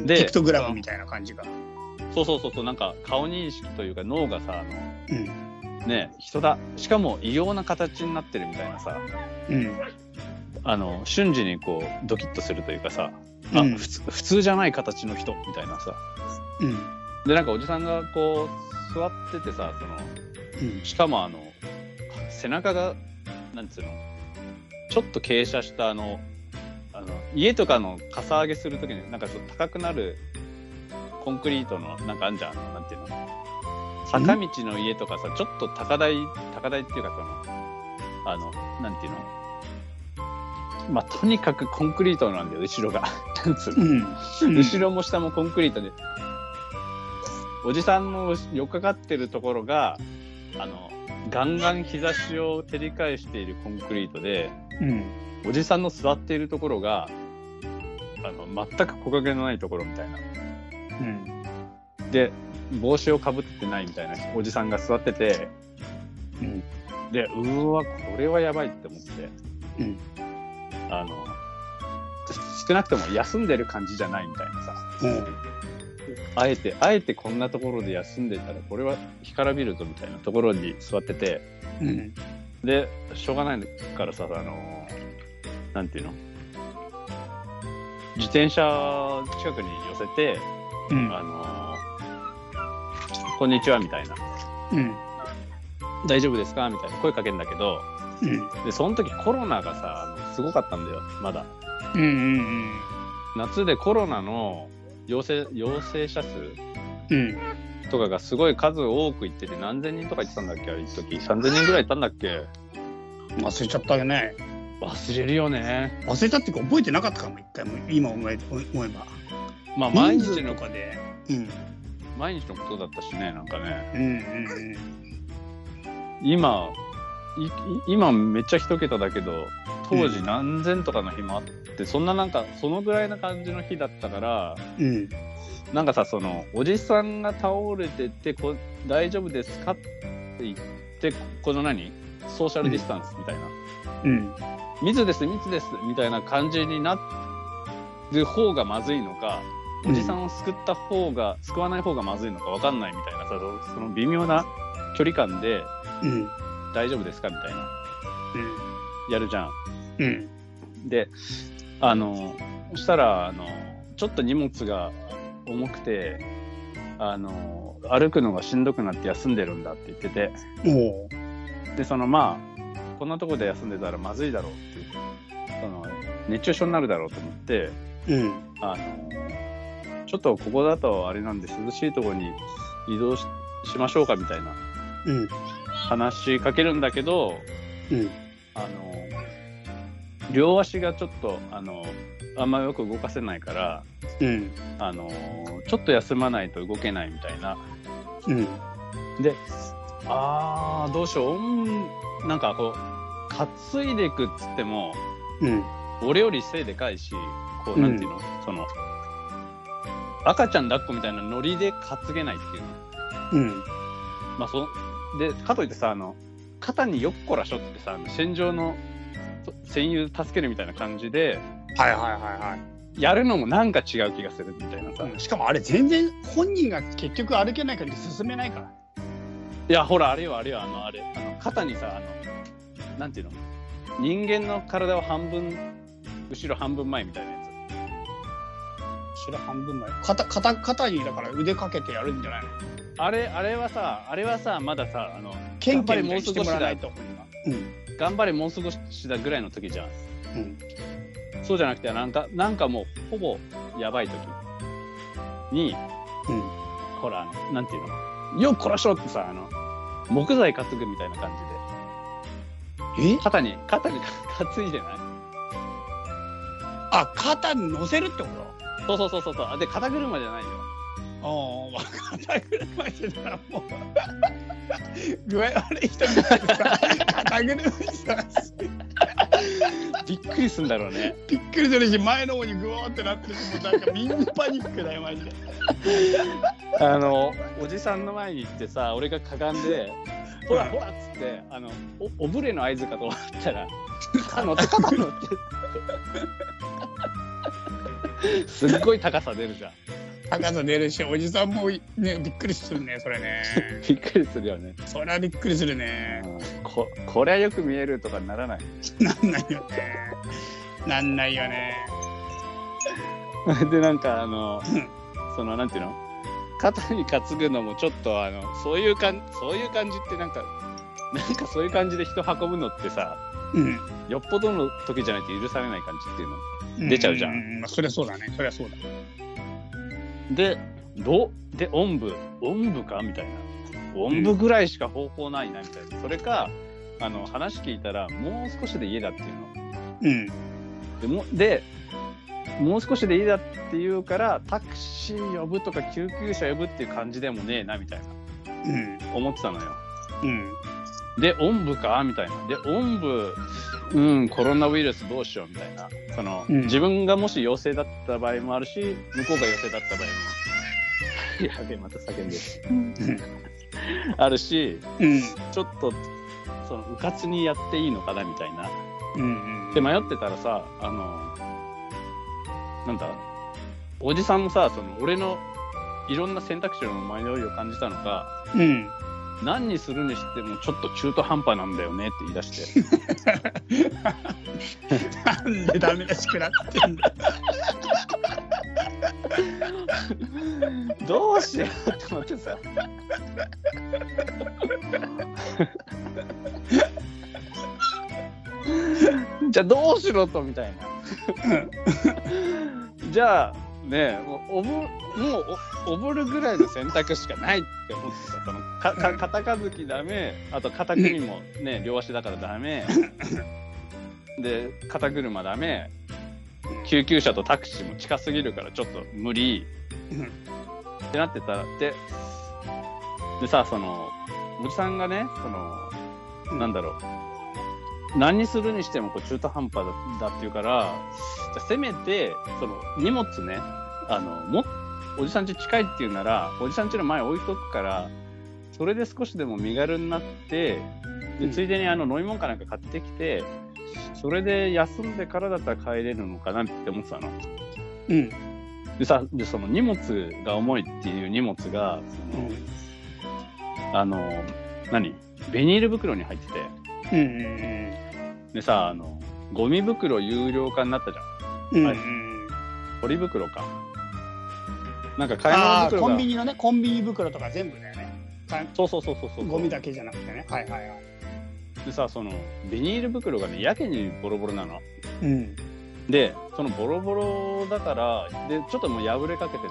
Speaker 3: で
Speaker 2: でピクトグラムみたいな感じが
Speaker 3: そうそうそうそうなんか顔認識というか脳がさあの
Speaker 2: うん
Speaker 3: ね人だしかも異様な形になってるみたいなさ
Speaker 2: うん
Speaker 3: あの瞬時にこうドキッとするというかさあ、
Speaker 2: うん
Speaker 3: 普通普通じゃない形の人みたいなさ
Speaker 2: うん
Speaker 3: でなんかおじさんがこう座っててさその
Speaker 2: うん
Speaker 3: しかもあの背中がなんつうのちょっと傾斜したあのあの家とかのかさ上げするときになんかちょっと高くなるコンクリートのなんかあんじゃんなんていうの坂道の家とかさちょっと高台高台っていうかそのあのなんていうのまあとにかくコンクリートなんだよ後ろが なんつうの
Speaker 2: うん
Speaker 3: 後ろも下もコンクリートで、おじさんのよっかかってるところがあのガンガン日差しを照り返しているコンクリートで
Speaker 2: うん
Speaker 3: おじさんの座っているところがあの全く木陰のないところみたいな
Speaker 2: うん
Speaker 3: で帽子をかぶってないみたいなおじさんが座ってて
Speaker 2: うん
Speaker 3: でうわこれはやばいって思って、
Speaker 2: うん
Speaker 3: あの少なくとも休んでる感じじゃないみたいなさ
Speaker 2: うん
Speaker 3: あえて、あえてこんなところで休んでたら、これは干からびるぞみたいなところに座ってて、
Speaker 2: うん
Speaker 3: で、しょうがないからさ、あのーなんていうの自転車近くに寄せて、
Speaker 2: うん
Speaker 3: あのーこんにちはみたいな、
Speaker 2: うん
Speaker 3: 大丈夫ですかみたいな声かけんだけど、
Speaker 2: うん
Speaker 3: で、その時コロナがさ、あのすごかったんだよまだ
Speaker 2: うんうん
Speaker 3: 夏でコロナの陽性陽性者数
Speaker 2: うんうん
Speaker 3: とかがすごい数多くいってて何千人とか言ってたんだっけあれ一時3000人ぐらいいたんだっけ
Speaker 2: 忘れちゃったよね
Speaker 3: 忘れるよね
Speaker 2: 忘れたっていうか覚えてなかったかも一回も今思え思えば
Speaker 3: まあ毎
Speaker 2: 人
Speaker 3: 日
Speaker 2: 数
Speaker 3: の
Speaker 2: とかでうん
Speaker 3: 毎日のことだったしねなんかね
Speaker 2: うんうん
Speaker 3: 今いい今めっちゃ一桁だけど当時何千とかの日もあって、そんななんかそのぐらいな感じの日だったから
Speaker 2: うんうん
Speaker 3: なんかさそのおじさんが倒れててこ大丈夫ですかって言ってここの何ソーシャルディスタンスみたいな、
Speaker 2: うん
Speaker 3: 密です密ですみたいな感じになる方がまずいのかおじさんを救った方が、救わない方がまずいのかわかんないみたいなさそその微妙な距離感で
Speaker 2: うん
Speaker 3: 大丈夫ですかみたいなやるじゃん。
Speaker 2: うんうん
Speaker 3: であのそしたらあのちょっと荷物が重くてあの歩くのがしんどくなって休んでるんだって言ってて
Speaker 2: おう
Speaker 3: でそのまあこんなとこで休んでたらまずいだろうっていうその熱中症になるだろうと思って
Speaker 2: うん
Speaker 3: あのちょっとここだとあれなんで涼しいところに移動ししましょうかみたいな
Speaker 2: うん
Speaker 3: 話しかけるんだけど
Speaker 2: うん
Speaker 3: あの両足がちょっとあのあんまよく動かせないから
Speaker 2: うん
Speaker 3: あのちょっと休まないと動けないみたいな
Speaker 2: うん
Speaker 3: であーどうしよううんなんかこう担いでいくっつっても
Speaker 2: うん
Speaker 3: 俺より背でかいしこうなんていうの、その赤ちゃん抱っこみたいなノリで担げないっていうの
Speaker 2: うん
Speaker 3: まあそでかといってさあの肩によっこらしょってさあの戦場のそ戦友助けるみたいな感じで
Speaker 2: はいはいはい
Speaker 3: やるのもなんか違う気がするみたいなさ、
Speaker 2: はい、
Speaker 3: い
Speaker 2: うん、しかもあれ全然本人が結局歩けないから進めないから
Speaker 3: やほらあれよあれよあのあれあの肩にさあのなんていうの人間の体を半分後ろ半分前みたいなや
Speaker 2: 後ろ半分前肩肩肩にだから腕かけてやるんじゃないの
Speaker 3: つあれあれはさあれはさまださあの
Speaker 2: ケン
Speaker 3: 頑張
Speaker 2: ケ
Speaker 3: れ
Speaker 2: ン
Speaker 3: もう
Speaker 2: しても
Speaker 3: 少し
Speaker 2: らわな
Speaker 3: だ
Speaker 2: いとうん
Speaker 3: 頑張れもう少しだぐらいの時じゃん
Speaker 2: うん
Speaker 3: そうじゃなくてなんかなんかもうほぼやばい時に
Speaker 2: うん
Speaker 3: ほら、あのなんていうの、よく殺しろってさ、あの、木材担ぐみたいな感じで、
Speaker 2: え
Speaker 3: 肩に、肩に担いでない
Speaker 2: あ肩に乗せるってこと
Speaker 3: そうそうそうそうそう、あで、肩車じゃないよ。
Speaker 2: ああ、分かんない車してたらもう 具合悪い人みたいなさ肩車してたら
Speaker 3: びっくりするんだろうね。
Speaker 2: びっくりするし前の方にグワーってなってるもうなんかみんなパニックだよマジで
Speaker 3: あの、おじさんの前に行ってさ、俺がかがんで、ほらほらっつって、あの、おおぶれの合図かと思ったら、肩乗って、肩乗って。すっごい高さ出るじゃん。
Speaker 2: 高さ出るしおじさんもねびっくりするねそれね
Speaker 3: びっくりするよね。
Speaker 2: それはびっくりするね
Speaker 3: ここれはよく見えるとかならない。
Speaker 2: なんないよねなんないよね
Speaker 3: でなんかあの
Speaker 2: うん
Speaker 3: そのなんていうの肩に担ぐのもちょっとあのそういうかんそういう感じってなんかなんかそういう感じで人運ぶのってさ
Speaker 2: うん
Speaker 3: よっぽどの時じゃないと許されない感じっていうの出ちゃうじゃん
Speaker 2: ん、まあ、そりゃそうだねそりゃそうだ
Speaker 3: でどうでおんぶおんぶかみたいなおんぶぐらいしか方法ないなみたいなそれかあの話聞いたらもう少しで家だっていうの
Speaker 2: うん
Speaker 3: でもでもう少しでいいだって言うからタクシー呼ぶとか救急車呼ぶっていう感じでもねえなみたい
Speaker 2: うん
Speaker 3: な思ってたのよ
Speaker 2: うん
Speaker 3: で、おんぶかみたいな。で、おんぶ、うん、コロナウイルスどうしようみたいな。その、
Speaker 2: うん
Speaker 3: 自分がもし陽性だった場合もあるし、向こうが陽性だ った場合も。やべえ、また叫んでる。あるし、
Speaker 2: うん
Speaker 3: ちょっと、その、うかつにやっていいのかなみたいな。
Speaker 2: うんうん
Speaker 3: で、迷ってたらさ、あの、なんだ、おじさんもさ、その、俺の、いろんな選択肢の迷いを感じたのか、
Speaker 2: うん
Speaker 3: 何にするにしてもちょっと中途半端なんだよねって言い出して
Speaker 2: なんでダメらしくなってんだ
Speaker 3: どうしようって思ってさじゃあどうしろとみたいなじゃあねもうおぼもうおおぼるぐらいの選択しかないって思ってたそのかか片かずきダメあと肩組もね両足だからダメで肩車ダメ救急車とタクシーも近すぎるからちょっと無理
Speaker 2: うん
Speaker 3: ってなってたらででさそのおじさんがねその
Speaker 2: うん
Speaker 3: なんだろう何にするにしてもこう中途半端だだっていうからじゃあせめてその荷物ねあのもおじさん家近いっていうならおじさん家の前置いとくからそれで少しでも身軽になって
Speaker 2: う
Speaker 3: で
Speaker 2: ん
Speaker 3: ついでにあの飲み物かなんか買ってきてそれで休んでからだったら帰れるのかなって思ってたの。
Speaker 2: うん
Speaker 3: でさでその荷物が重いっていう荷物がその、あの何ビニール袋に入ってて
Speaker 2: うんうん
Speaker 3: でさあのゴミ袋有料化になったじゃ
Speaker 2: う
Speaker 3: ん
Speaker 2: ん
Speaker 3: はい
Speaker 2: うん
Speaker 3: ポリ袋かなんか買い
Speaker 2: あ
Speaker 3: 物
Speaker 2: あー
Speaker 3: 袋が
Speaker 2: コンビニのねコンビニ袋とか全部だよねか
Speaker 3: そうそうそうそうそう
Speaker 2: ゴミだけじゃなくてねはいはいはい
Speaker 3: でさそのビニール袋がねやけにボロボロなの
Speaker 2: うん
Speaker 3: でそのボロボロだからでちょっともう破れかけてる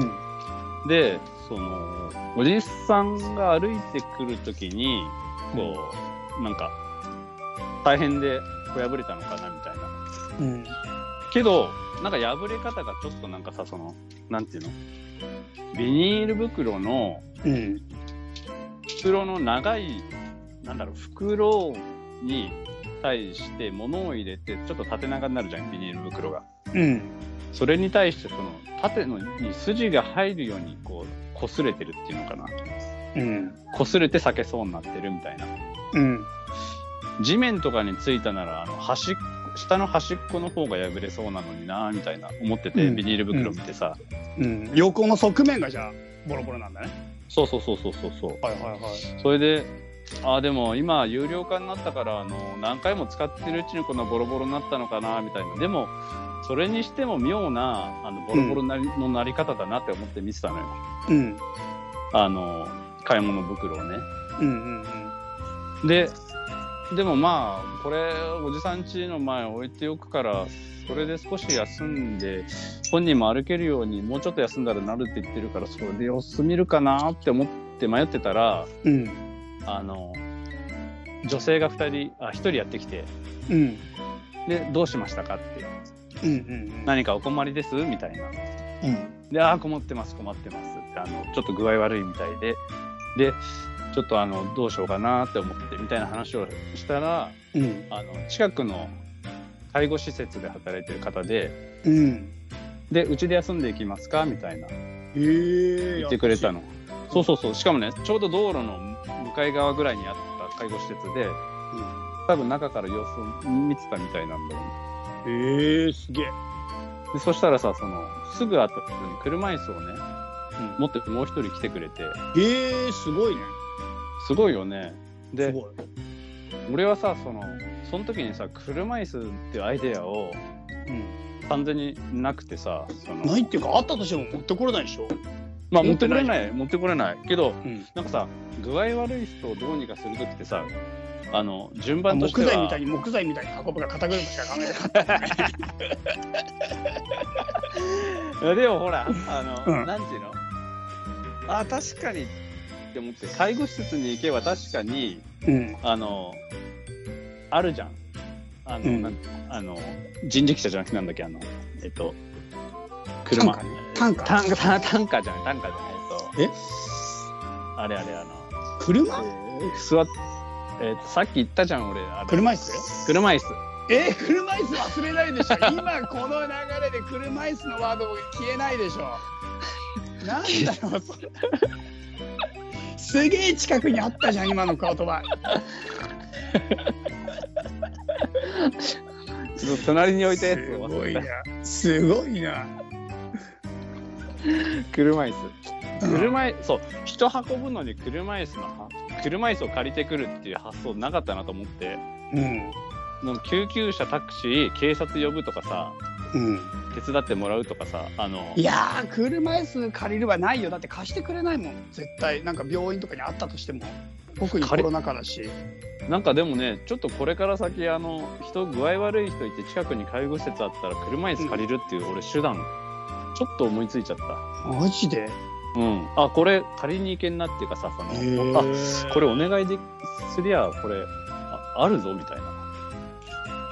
Speaker 2: うん
Speaker 3: でそのおじさんが歩いてくるときにこうなんか大変でこう破れたのかなみたいな
Speaker 2: うん
Speaker 3: けどなんか破れ方がちょっとなんかさそのなんていうのビニール袋の
Speaker 2: うん
Speaker 3: 袋の長いなんだろう袋に対して物を入れてちょっと縦長になるじゃんビニール袋が
Speaker 2: うん
Speaker 3: それに対してその縦のに筋が入るようにこう擦れてるっていうのかな
Speaker 2: うん
Speaker 3: 擦れて裂けそうになってるみたいな
Speaker 2: うん
Speaker 3: 地面とかについたならあの端っ下の端っこの方が破れそうなのになみたいな思ってて、
Speaker 2: うん
Speaker 3: ビニール袋見てさ、
Speaker 2: うん横の側面がじゃあボロボロなんだね
Speaker 3: そうそうそうそうそうそう
Speaker 2: はいはいはい
Speaker 3: それで、あでも今、有料化になったからあの、何回も使ってるうちにこんなボロボロになったのかなみたいな、でも、それにしても妙なあのボロボロなり、のなり方だなって思って見てたのよ、
Speaker 2: うん
Speaker 3: あの買い物袋をね。
Speaker 2: うんうん
Speaker 3: で、でもまあ、これ、おじさん家の前置いておくから、それで少し休んで、本人も歩けるように、もうちょっと休んだらなるって言ってるから、それで様子見るかなって思って迷ってたら、
Speaker 2: うん
Speaker 3: あの女性が2人あ1人やってきて
Speaker 2: うん
Speaker 3: でどうしましたかって
Speaker 2: うんうん
Speaker 3: 何かお困りですみたいな
Speaker 2: うん
Speaker 3: でああ困ってます困ってますってあのちょっと具合悪いみたいででちょっとあのどうしようかなって思ってみたいな話をしたら
Speaker 2: うん
Speaker 3: あの近くの介護施設で働いてる方で
Speaker 2: うん
Speaker 3: でうちで休んでいきますかみたいな
Speaker 2: へえ
Speaker 3: 言ってくれたのそうそうそうしかもねちょうど道路の向かい側ぐらいにあった介護施設で多分中から様子を見てたみたいなんだよね
Speaker 2: へえすげえ
Speaker 3: でそしたらさそのすぐ後に車椅子をね、持ってもう一人来てくれて
Speaker 2: へえすごいね
Speaker 3: すごいよね
Speaker 2: す
Speaker 3: で
Speaker 2: ごい
Speaker 3: 俺はさそのその時にさ車椅子っていうアイデアを
Speaker 2: うん
Speaker 3: 完全になくてさその
Speaker 2: ないっていうかあったとしても持ってこれないでしょ
Speaker 3: まあ持ってこれない持ってこれないけど
Speaker 2: うん
Speaker 3: なんかさ具合悪い人をどうにかする時ってさあの順番として
Speaker 2: 木材み
Speaker 3: は
Speaker 2: たいに木材みたいに運ぶか肩車しか考えなかっ
Speaker 3: いやでもほらあの、
Speaker 2: うん
Speaker 3: なんていうのあ確かにって思って介護施設に行けば確かに
Speaker 2: たうん
Speaker 3: あの、あるじゃん。あの、
Speaker 2: うん
Speaker 3: なんあの人力車じゃなくてなんだっけ、あの、えっと、車。
Speaker 2: 単単価
Speaker 3: 単 単単価じゃない、単価じゃない。え
Speaker 2: え
Speaker 3: っと、あれあれ、あの、
Speaker 2: 車
Speaker 3: 座っえっと、さっき言ったじゃん、俺。あれ
Speaker 2: 車椅子
Speaker 3: 車椅子。
Speaker 2: えー、車椅子忘れないでしょ今この流れで車椅子のワード消えないでしょなんだろうそれすげえ近くにあったじゃん今の言葉
Speaker 3: ちょっと隣に置いたやつ
Speaker 2: す
Speaker 3: を
Speaker 2: ご
Speaker 3: 忘
Speaker 2: い
Speaker 3: れ
Speaker 2: な
Speaker 3: た。
Speaker 2: すごいな
Speaker 3: 車椅子。車椅子、そう、人運ぶのに車椅子のは、車椅子を借りてくるっていう発想なかったなと思って、
Speaker 2: うん
Speaker 3: なんか救急車、タクシー、警察呼ぶとかさ、
Speaker 2: うん
Speaker 3: 手伝ってもらうとかさあの
Speaker 2: いやー車椅子借りるはないよだって貸してくれないもん絶対なんか病院とかにあったとしても特にコロナ禍だし
Speaker 3: なんかでもねちょっとこれから先あの人具合悪い人いて近くに介護施設あったら車椅子借りるっていう、俺手段ちょっと思いついちゃった
Speaker 2: マジで
Speaker 3: うんあこれ借りに行けんなっていうかさそのあこれお願いですりゃこれああるぞみたいな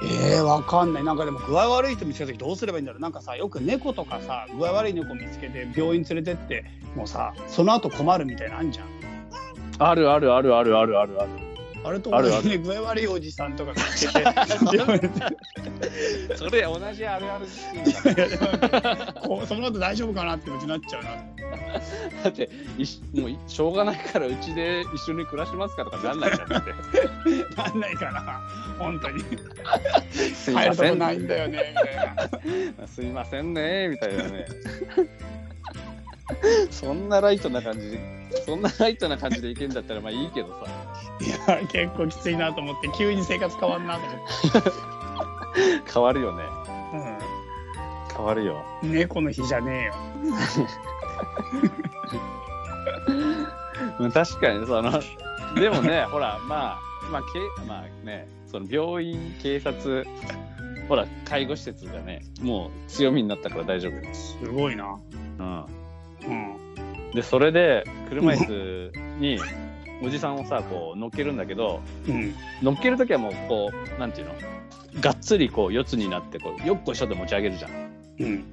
Speaker 2: えー、わかんないなんかでも具合悪い人見つけた時どうすればいいんだろうなんかさよく猫とかさ具合悪い猫見つけて病院連れてってもうさその後困るみたいなのあんじゃん
Speaker 3: あるあるあるあるあるあるある
Speaker 2: あれと同
Speaker 3: あ
Speaker 2: じ
Speaker 3: る
Speaker 2: ね具合悪いおじさんとか見つ けて病院連
Speaker 3: それ同じあるある
Speaker 2: れてこうその後大丈夫かなってうちになっちゃうな
Speaker 3: だっていしもういしょうがないからうちで一緒に暮らしますかとかなんないじゃん だって
Speaker 2: なんないかな本当に
Speaker 3: す
Speaker 2: 帰
Speaker 3: いま
Speaker 2: ると
Speaker 3: せ
Speaker 2: こ
Speaker 3: ん
Speaker 2: ないんだよねみたいな
Speaker 3: すいませんねみたいなねそんなライトな感じでそんなライトな感じでいけんだったらまあいいけどさ
Speaker 2: いや結構きついなと 思って急に生活変わんなと思って
Speaker 3: 変わるよね、
Speaker 2: う
Speaker 3: 変わるよ
Speaker 2: ん、猫の日じゃねえよ
Speaker 3: うん確かにそのでもねほらまあまあけまあねその病院警察ほら介護施設がねもう強みになったから大丈夫です、
Speaker 2: すごいな
Speaker 3: う
Speaker 2: う
Speaker 3: ん、
Speaker 2: ん
Speaker 3: でそれで車椅子におじさんをさこう乗っけるんだけど
Speaker 2: うん
Speaker 3: 乗っける時はもうこうなんていうのがっつりこう四つになってこうよっこいしょって持ち上げるじゃん
Speaker 2: うん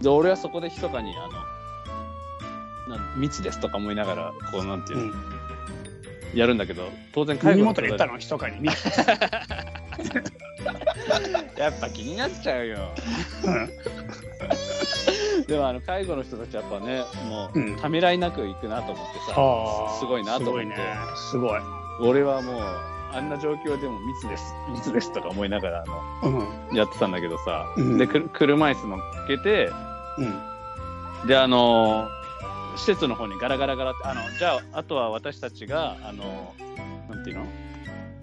Speaker 3: で俺はそこで密かにあのなん密ですとか思いながらこうなんていう
Speaker 2: う
Speaker 3: の、
Speaker 2: ん
Speaker 3: やるんだけど当然介
Speaker 2: 耳
Speaker 3: 護
Speaker 2: 元で言った
Speaker 3: の
Speaker 2: のひそかにね
Speaker 3: やっぱ気になっちゃうよでもあの介護の人たちやっぱねもう、
Speaker 2: うん
Speaker 3: ためらいなく行くなと思ってさ
Speaker 2: あー
Speaker 3: すごいなと思って
Speaker 2: すごいね
Speaker 3: 俺はもうあんな状況でも密です密ですとか思いながらあの
Speaker 2: すごいうん
Speaker 3: やってたんだけどさ、
Speaker 2: うん
Speaker 3: でくる車椅子乗っけて
Speaker 2: うん
Speaker 3: であのー施設の方にガラガラガラってあのじゃああとは私たちがあのなんていうの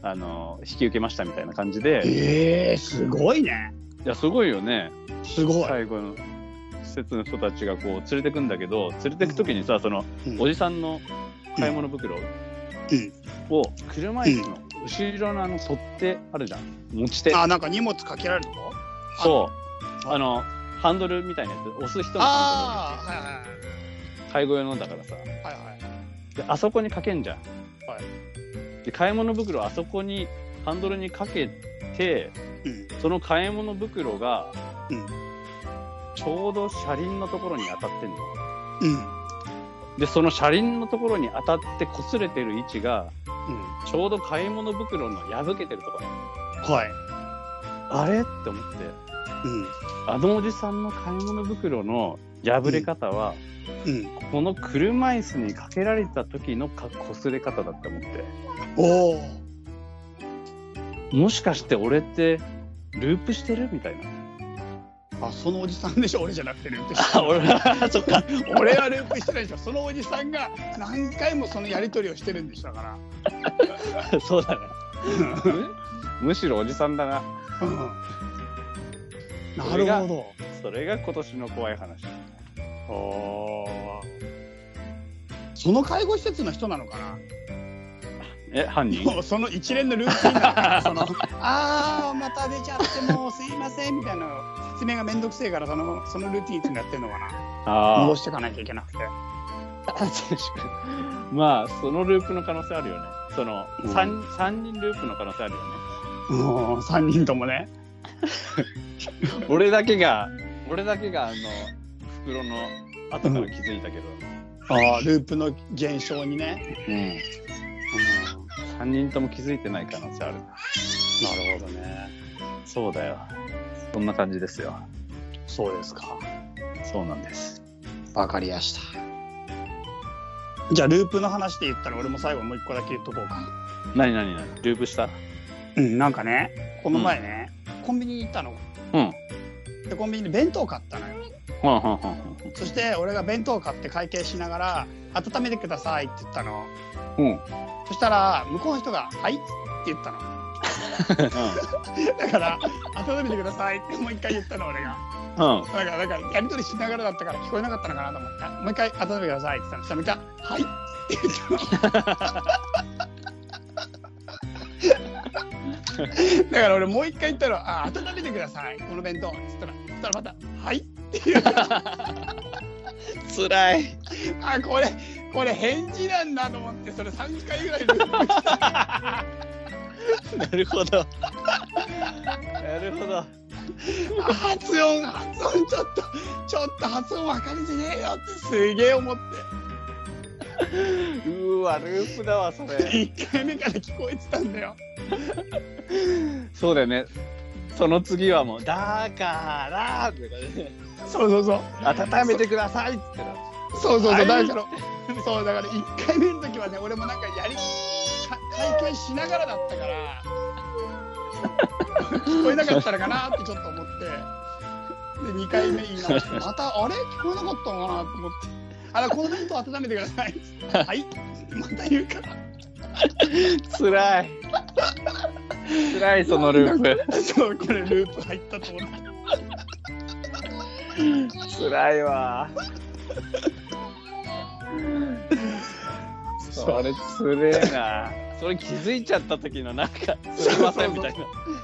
Speaker 3: あの引き受けましたみたいな感じで
Speaker 2: ええすごいね
Speaker 3: いやすごいよね
Speaker 2: すごい、
Speaker 3: 最後の施設の人たちがこう連れてくんだけど連れてく時にさその
Speaker 2: うん
Speaker 3: おじさんの買い物袋を車椅子の後ろのあの取っ手あるじゃん持ち手
Speaker 2: あなんか荷物かけられるとこ
Speaker 3: そうあのハンドルみたいなやつ押す人のハ
Speaker 2: ああ
Speaker 3: ンドル介護用のだからさ
Speaker 2: はいはいはいはいはい
Speaker 3: であそこにかけんじゃん、
Speaker 2: は
Speaker 3: で買い物袋をあそこにハンドルにかけて
Speaker 2: うん
Speaker 3: その買い物袋が、
Speaker 2: うん
Speaker 3: ちょうど車輪のところに当たってんの
Speaker 2: うん
Speaker 3: でその車輪のところに当たって擦れてる位置が
Speaker 2: うん
Speaker 3: ちょうど買い物袋の破けてるところ
Speaker 2: はい
Speaker 3: あれって思って
Speaker 2: うん
Speaker 3: あのおじさんの買い物袋の破れ方は、
Speaker 2: うん
Speaker 3: この車椅子にかけられた時のか擦れ方だって思って
Speaker 2: おお
Speaker 3: もしかして俺ってループしてるみたいな。
Speaker 2: あそのおじさんでしょ俺じゃなくてループ
Speaker 3: あ俺はそっか
Speaker 2: 俺はループしてないでしょそのおじさんが何回もそのやり取りをしてるんでしょだから
Speaker 3: そうだね むむしろおじさんだな
Speaker 2: なるほど
Speaker 3: それが今年の怖い話
Speaker 2: その介護施設の人なのかな
Speaker 3: え犯人
Speaker 2: もうその一連のルーティンがその あーまた出ちゃってもうすいませんみたいな説明がめんどくせえからそのそのルーティンいつもやってんのかな
Speaker 3: あ
Speaker 2: 戻していかなきゃいけなくて
Speaker 3: あ確かにまあそのループの可能性あるよねその、
Speaker 2: うん
Speaker 3: 三三人ループの可能性あるよ
Speaker 2: もう3人ともね
Speaker 3: ね 俺だけが俺だけがあの袋の後から気づいたけど、
Speaker 2: あーループの減少にね、
Speaker 3: うん、3人とも気づいてない可能性ある
Speaker 2: なるほどね
Speaker 3: そうだよそんな感じですよ
Speaker 2: そうですか
Speaker 3: そうなんです
Speaker 2: わかりやしたじゃあループの話で言ったら俺も最後もう一個だけ言っとこうか
Speaker 3: 何何何ループした
Speaker 2: うんなんかねこの前ね、コンビニに行ったの
Speaker 3: うん
Speaker 2: でコンビニで弁当買ったのよ
Speaker 3: うんうんうん
Speaker 2: そして俺が弁当を買って会計しながら「温めてください」って言ったの
Speaker 3: うんうん
Speaker 2: そしたら向こうの人が「はい」って言ったのだから「温めてください」ってもう一回言ったの俺が
Speaker 3: うん
Speaker 2: だからだからやり取りしながらだったから聞こえなかったのかなと思って「もう一回温めてください」って言ったのそしたらもう一回「はい」って言ったのだから俺もう一回言ったら「あ温めてくださいこの弁当」つったらそしたらまた「はい」っていう
Speaker 4: つらい。
Speaker 2: あこれこれ返事なんだと思ってそれ3回ぐらいループ
Speaker 4: なるほど。なるほど。
Speaker 2: あ発音発音ちょっとちょっと発音分かりづねえよってすげえ思って
Speaker 4: うーわ、ループだわ、それ。
Speaker 2: 1回目から聞こえてたんだよ
Speaker 3: そうだよね。その次はもう、だ
Speaker 4: だから、とかね
Speaker 2: そうそうそう
Speaker 4: 温めてくださいっつってな
Speaker 2: そうそう
Speaker 4: は
Speaker 2: そう
Speaker 4: い
Speaker 2: だからそうだから1回目の時はね俺もなんかやりか開会しながらだったから聞こえなかったのかなってちょっと思ってで2回目言い直してまたあれ聞こえなかったのかなと思ってあらこの弁当温めてくださいはいまた言うから
Speaker 4: つらい。
Speaker 3: つらい、そのループ。
Speaker 2: そう、これループ入ったと思って。
Speaker 4: つらいわ。
Speaker 3: それつれえな。それ気づいちゃった時のなんか、すいませんみたいな。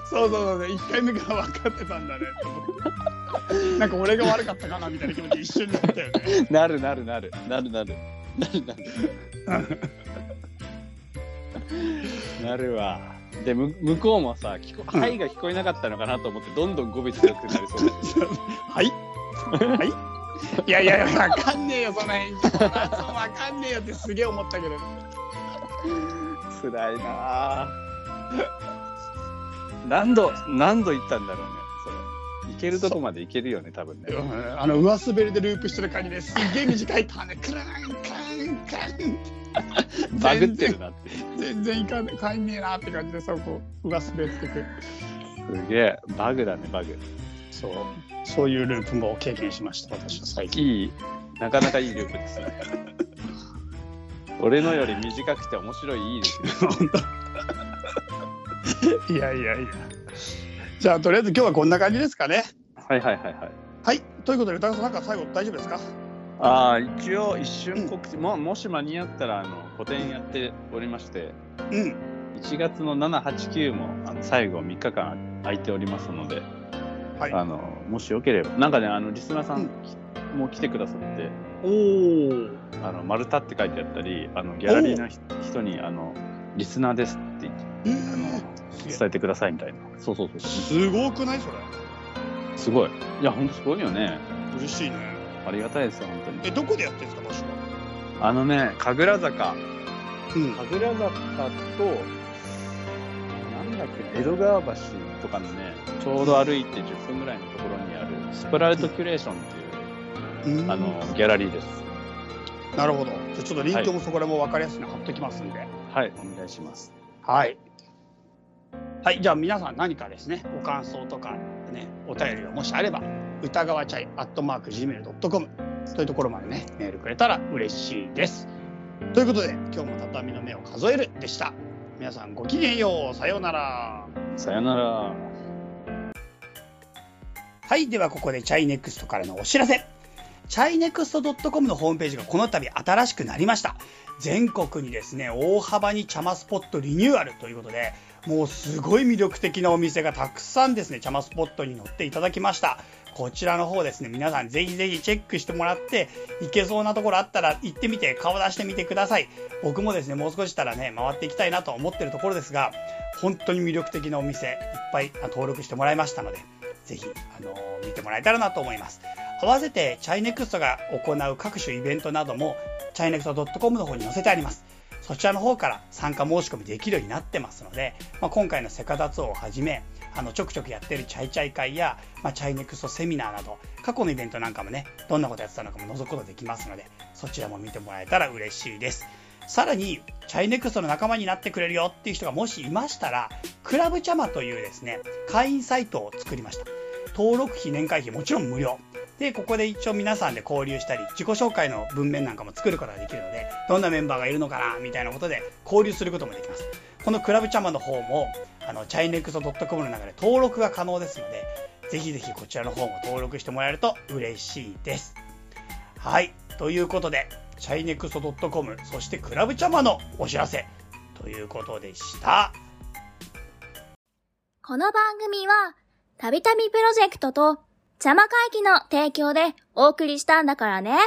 Speaker 2: そうそうそうそう、一回目から分かってたんだねと思って。なんか俺が悪かったかなみたいな気持ち一緒になったよね。
Speaker 3: なるなるなる。なるなる。なるなる。なるわ。で、む向こうもさ、聞こ、はいが聞こえなかったのかなと思って、どんどん語尾強くなりそうで。
Speaker 2: はい。はい。いやいやいや、分かんねえよ、その辺。分かんねえよってすげえ思ったけど。
Speaker 3: つらいな。何度、何度言ったんだろうね。それ。いけるとこまでいけるよね、多分ね。
Speaker 2: あの上滑りでループしてる感じですげえ短いターンでクランクランクランって
Speaker 3: バグってるなって。
Speaker 2: 全然いかんかんねえなって感じでそこ上滑ってく
Speaker 3: すげえ。バグだね、バグ。
Speaker 2: そう、そういうループも経験しました、私は最近。
Speaker 3: いい、なかなかいいループですね。俺のより短くて面白い、いいですね。
Speaker 2: いやいやいや。じゃあ、とりあえず今日はこんな感じですかね。
Speaker 3: はいはいはいはい。
Speaker 2: はい、ということで、歌川さん、なんか最後、大丈夫ですか
Speaker 3: ああ、一応一瞬告知、ももし間に合ったらあの個展やっておりまして、
Speaker 2: うん。
Speaker 3: 1月の7、8、9もあの最後3日間空いておりますので、
Speaker 2: はい
Speaker 3: あのもしよければ、なんかね、あのリスナーさ
Speaker 2: うん
Speaker 3: んもう来てくださって、
Speaker 2: お
Speaker 3: あの丸太って書いてあったり、あのギャラリーのひ人にあのリスナーですって言ってあの
Speaker 2: お。
Speaker 3: 伝えてくださいみたいな。そうそうそう。
Speaker 2: すごくないそれ。
Speaker 3: すごい。いや、ほんとすごいよね。
Speaker 2: 嬉しいね。
Speaker 3: ありがたいですよ、本当に。
Speaker 2: え、どこでやってるんですか、場所は。
Speaker 3: あのね、神楽坂。
Speaker 2: うん。
Speaker 3: 神楽坂と、なんだっけ、江戸川橋とかのね、ちょうど歩いて10分ぐらいのところにある、スプラウトキュレーションっ
Speaker 2: う
Speaker 3: てい
Speaker 2: ん
Speaker 3: う、あの、ギャラリーです。
Speaker 2: なるほど。じゃあちょっとリンクもそこらも分かりやすいの貼っときますんで。
Speaker 3: はい、お願いします。
Speaker 2: はい。はい、じゃあ皆さん何かですね、ご感想とか、ね、お便りがもしあれば、歌川チャイアットマーク Gmail.com というところまでね、メールくれたら嬉しいです。ということで、今日も畳の目を数えるでした。皆さんごきげんよう。さようなら。
Speaker 3: さよなら。
Speaker 2: はい、ではここでチャイネクストからのお知らせ。チャイネクスト .com のホームページがこの度新しくなりました。全国にですね、大幅に茶間スポットリニューアルということで、もうすごい魅力的なお店がたくさんですね、茶間スポットに乗っていただきました。こちらの方ですね、皆さんぜひぜひチェックしてもらって、行けそうなところあったら行ってみて、顔出してみてください。僕もですね、もう少ししたらね、回っていきたいなと思ってるところですが、本当に魅力的なお店、いっぱいあ登録してもらいましたので、ぜひ、あのー見てもらえたらなと思います。合わせて、チャイネクストが行う各種イベントなども、チャイネクスト .com の方に載せてあります。そちらの方から参加申し込みできるようになってますので、まあ、今回のセカダツをはじめ、あの、ちょくちょくやってるチャイチャイ会や、まあ、チャイネクストセミナーなど、過去のイベントなんかもね、どんなことやってたのかも覗くことできますので、そちらも見てもらえたら嬉しいです。さらに、チャイネクストの仲間になってくれるよっていう人がもしいましたら、クラブチャマというですね、会員サイトを作りました。登録費、年会費もちろん無料。で、ここで一応皆さんで交流したり、自己紹介の文面なんかも作ることができるので、どんなメンバーがいるのかな、みたいなことで交流することもできます。このクラブチャマの方も、あの、チャイネクスト .com の中で登録が可能ですので、ぜひぜひこちらの方も登録してもらえると嬉しいです。はい。ということで、チャイネクスト .com、そしてクラブチャマのお知らせ、ということでした。
Speaker 5: この番組は、たびたびプロジェクトと、邪魔会議の提供でお送りしたんだからね。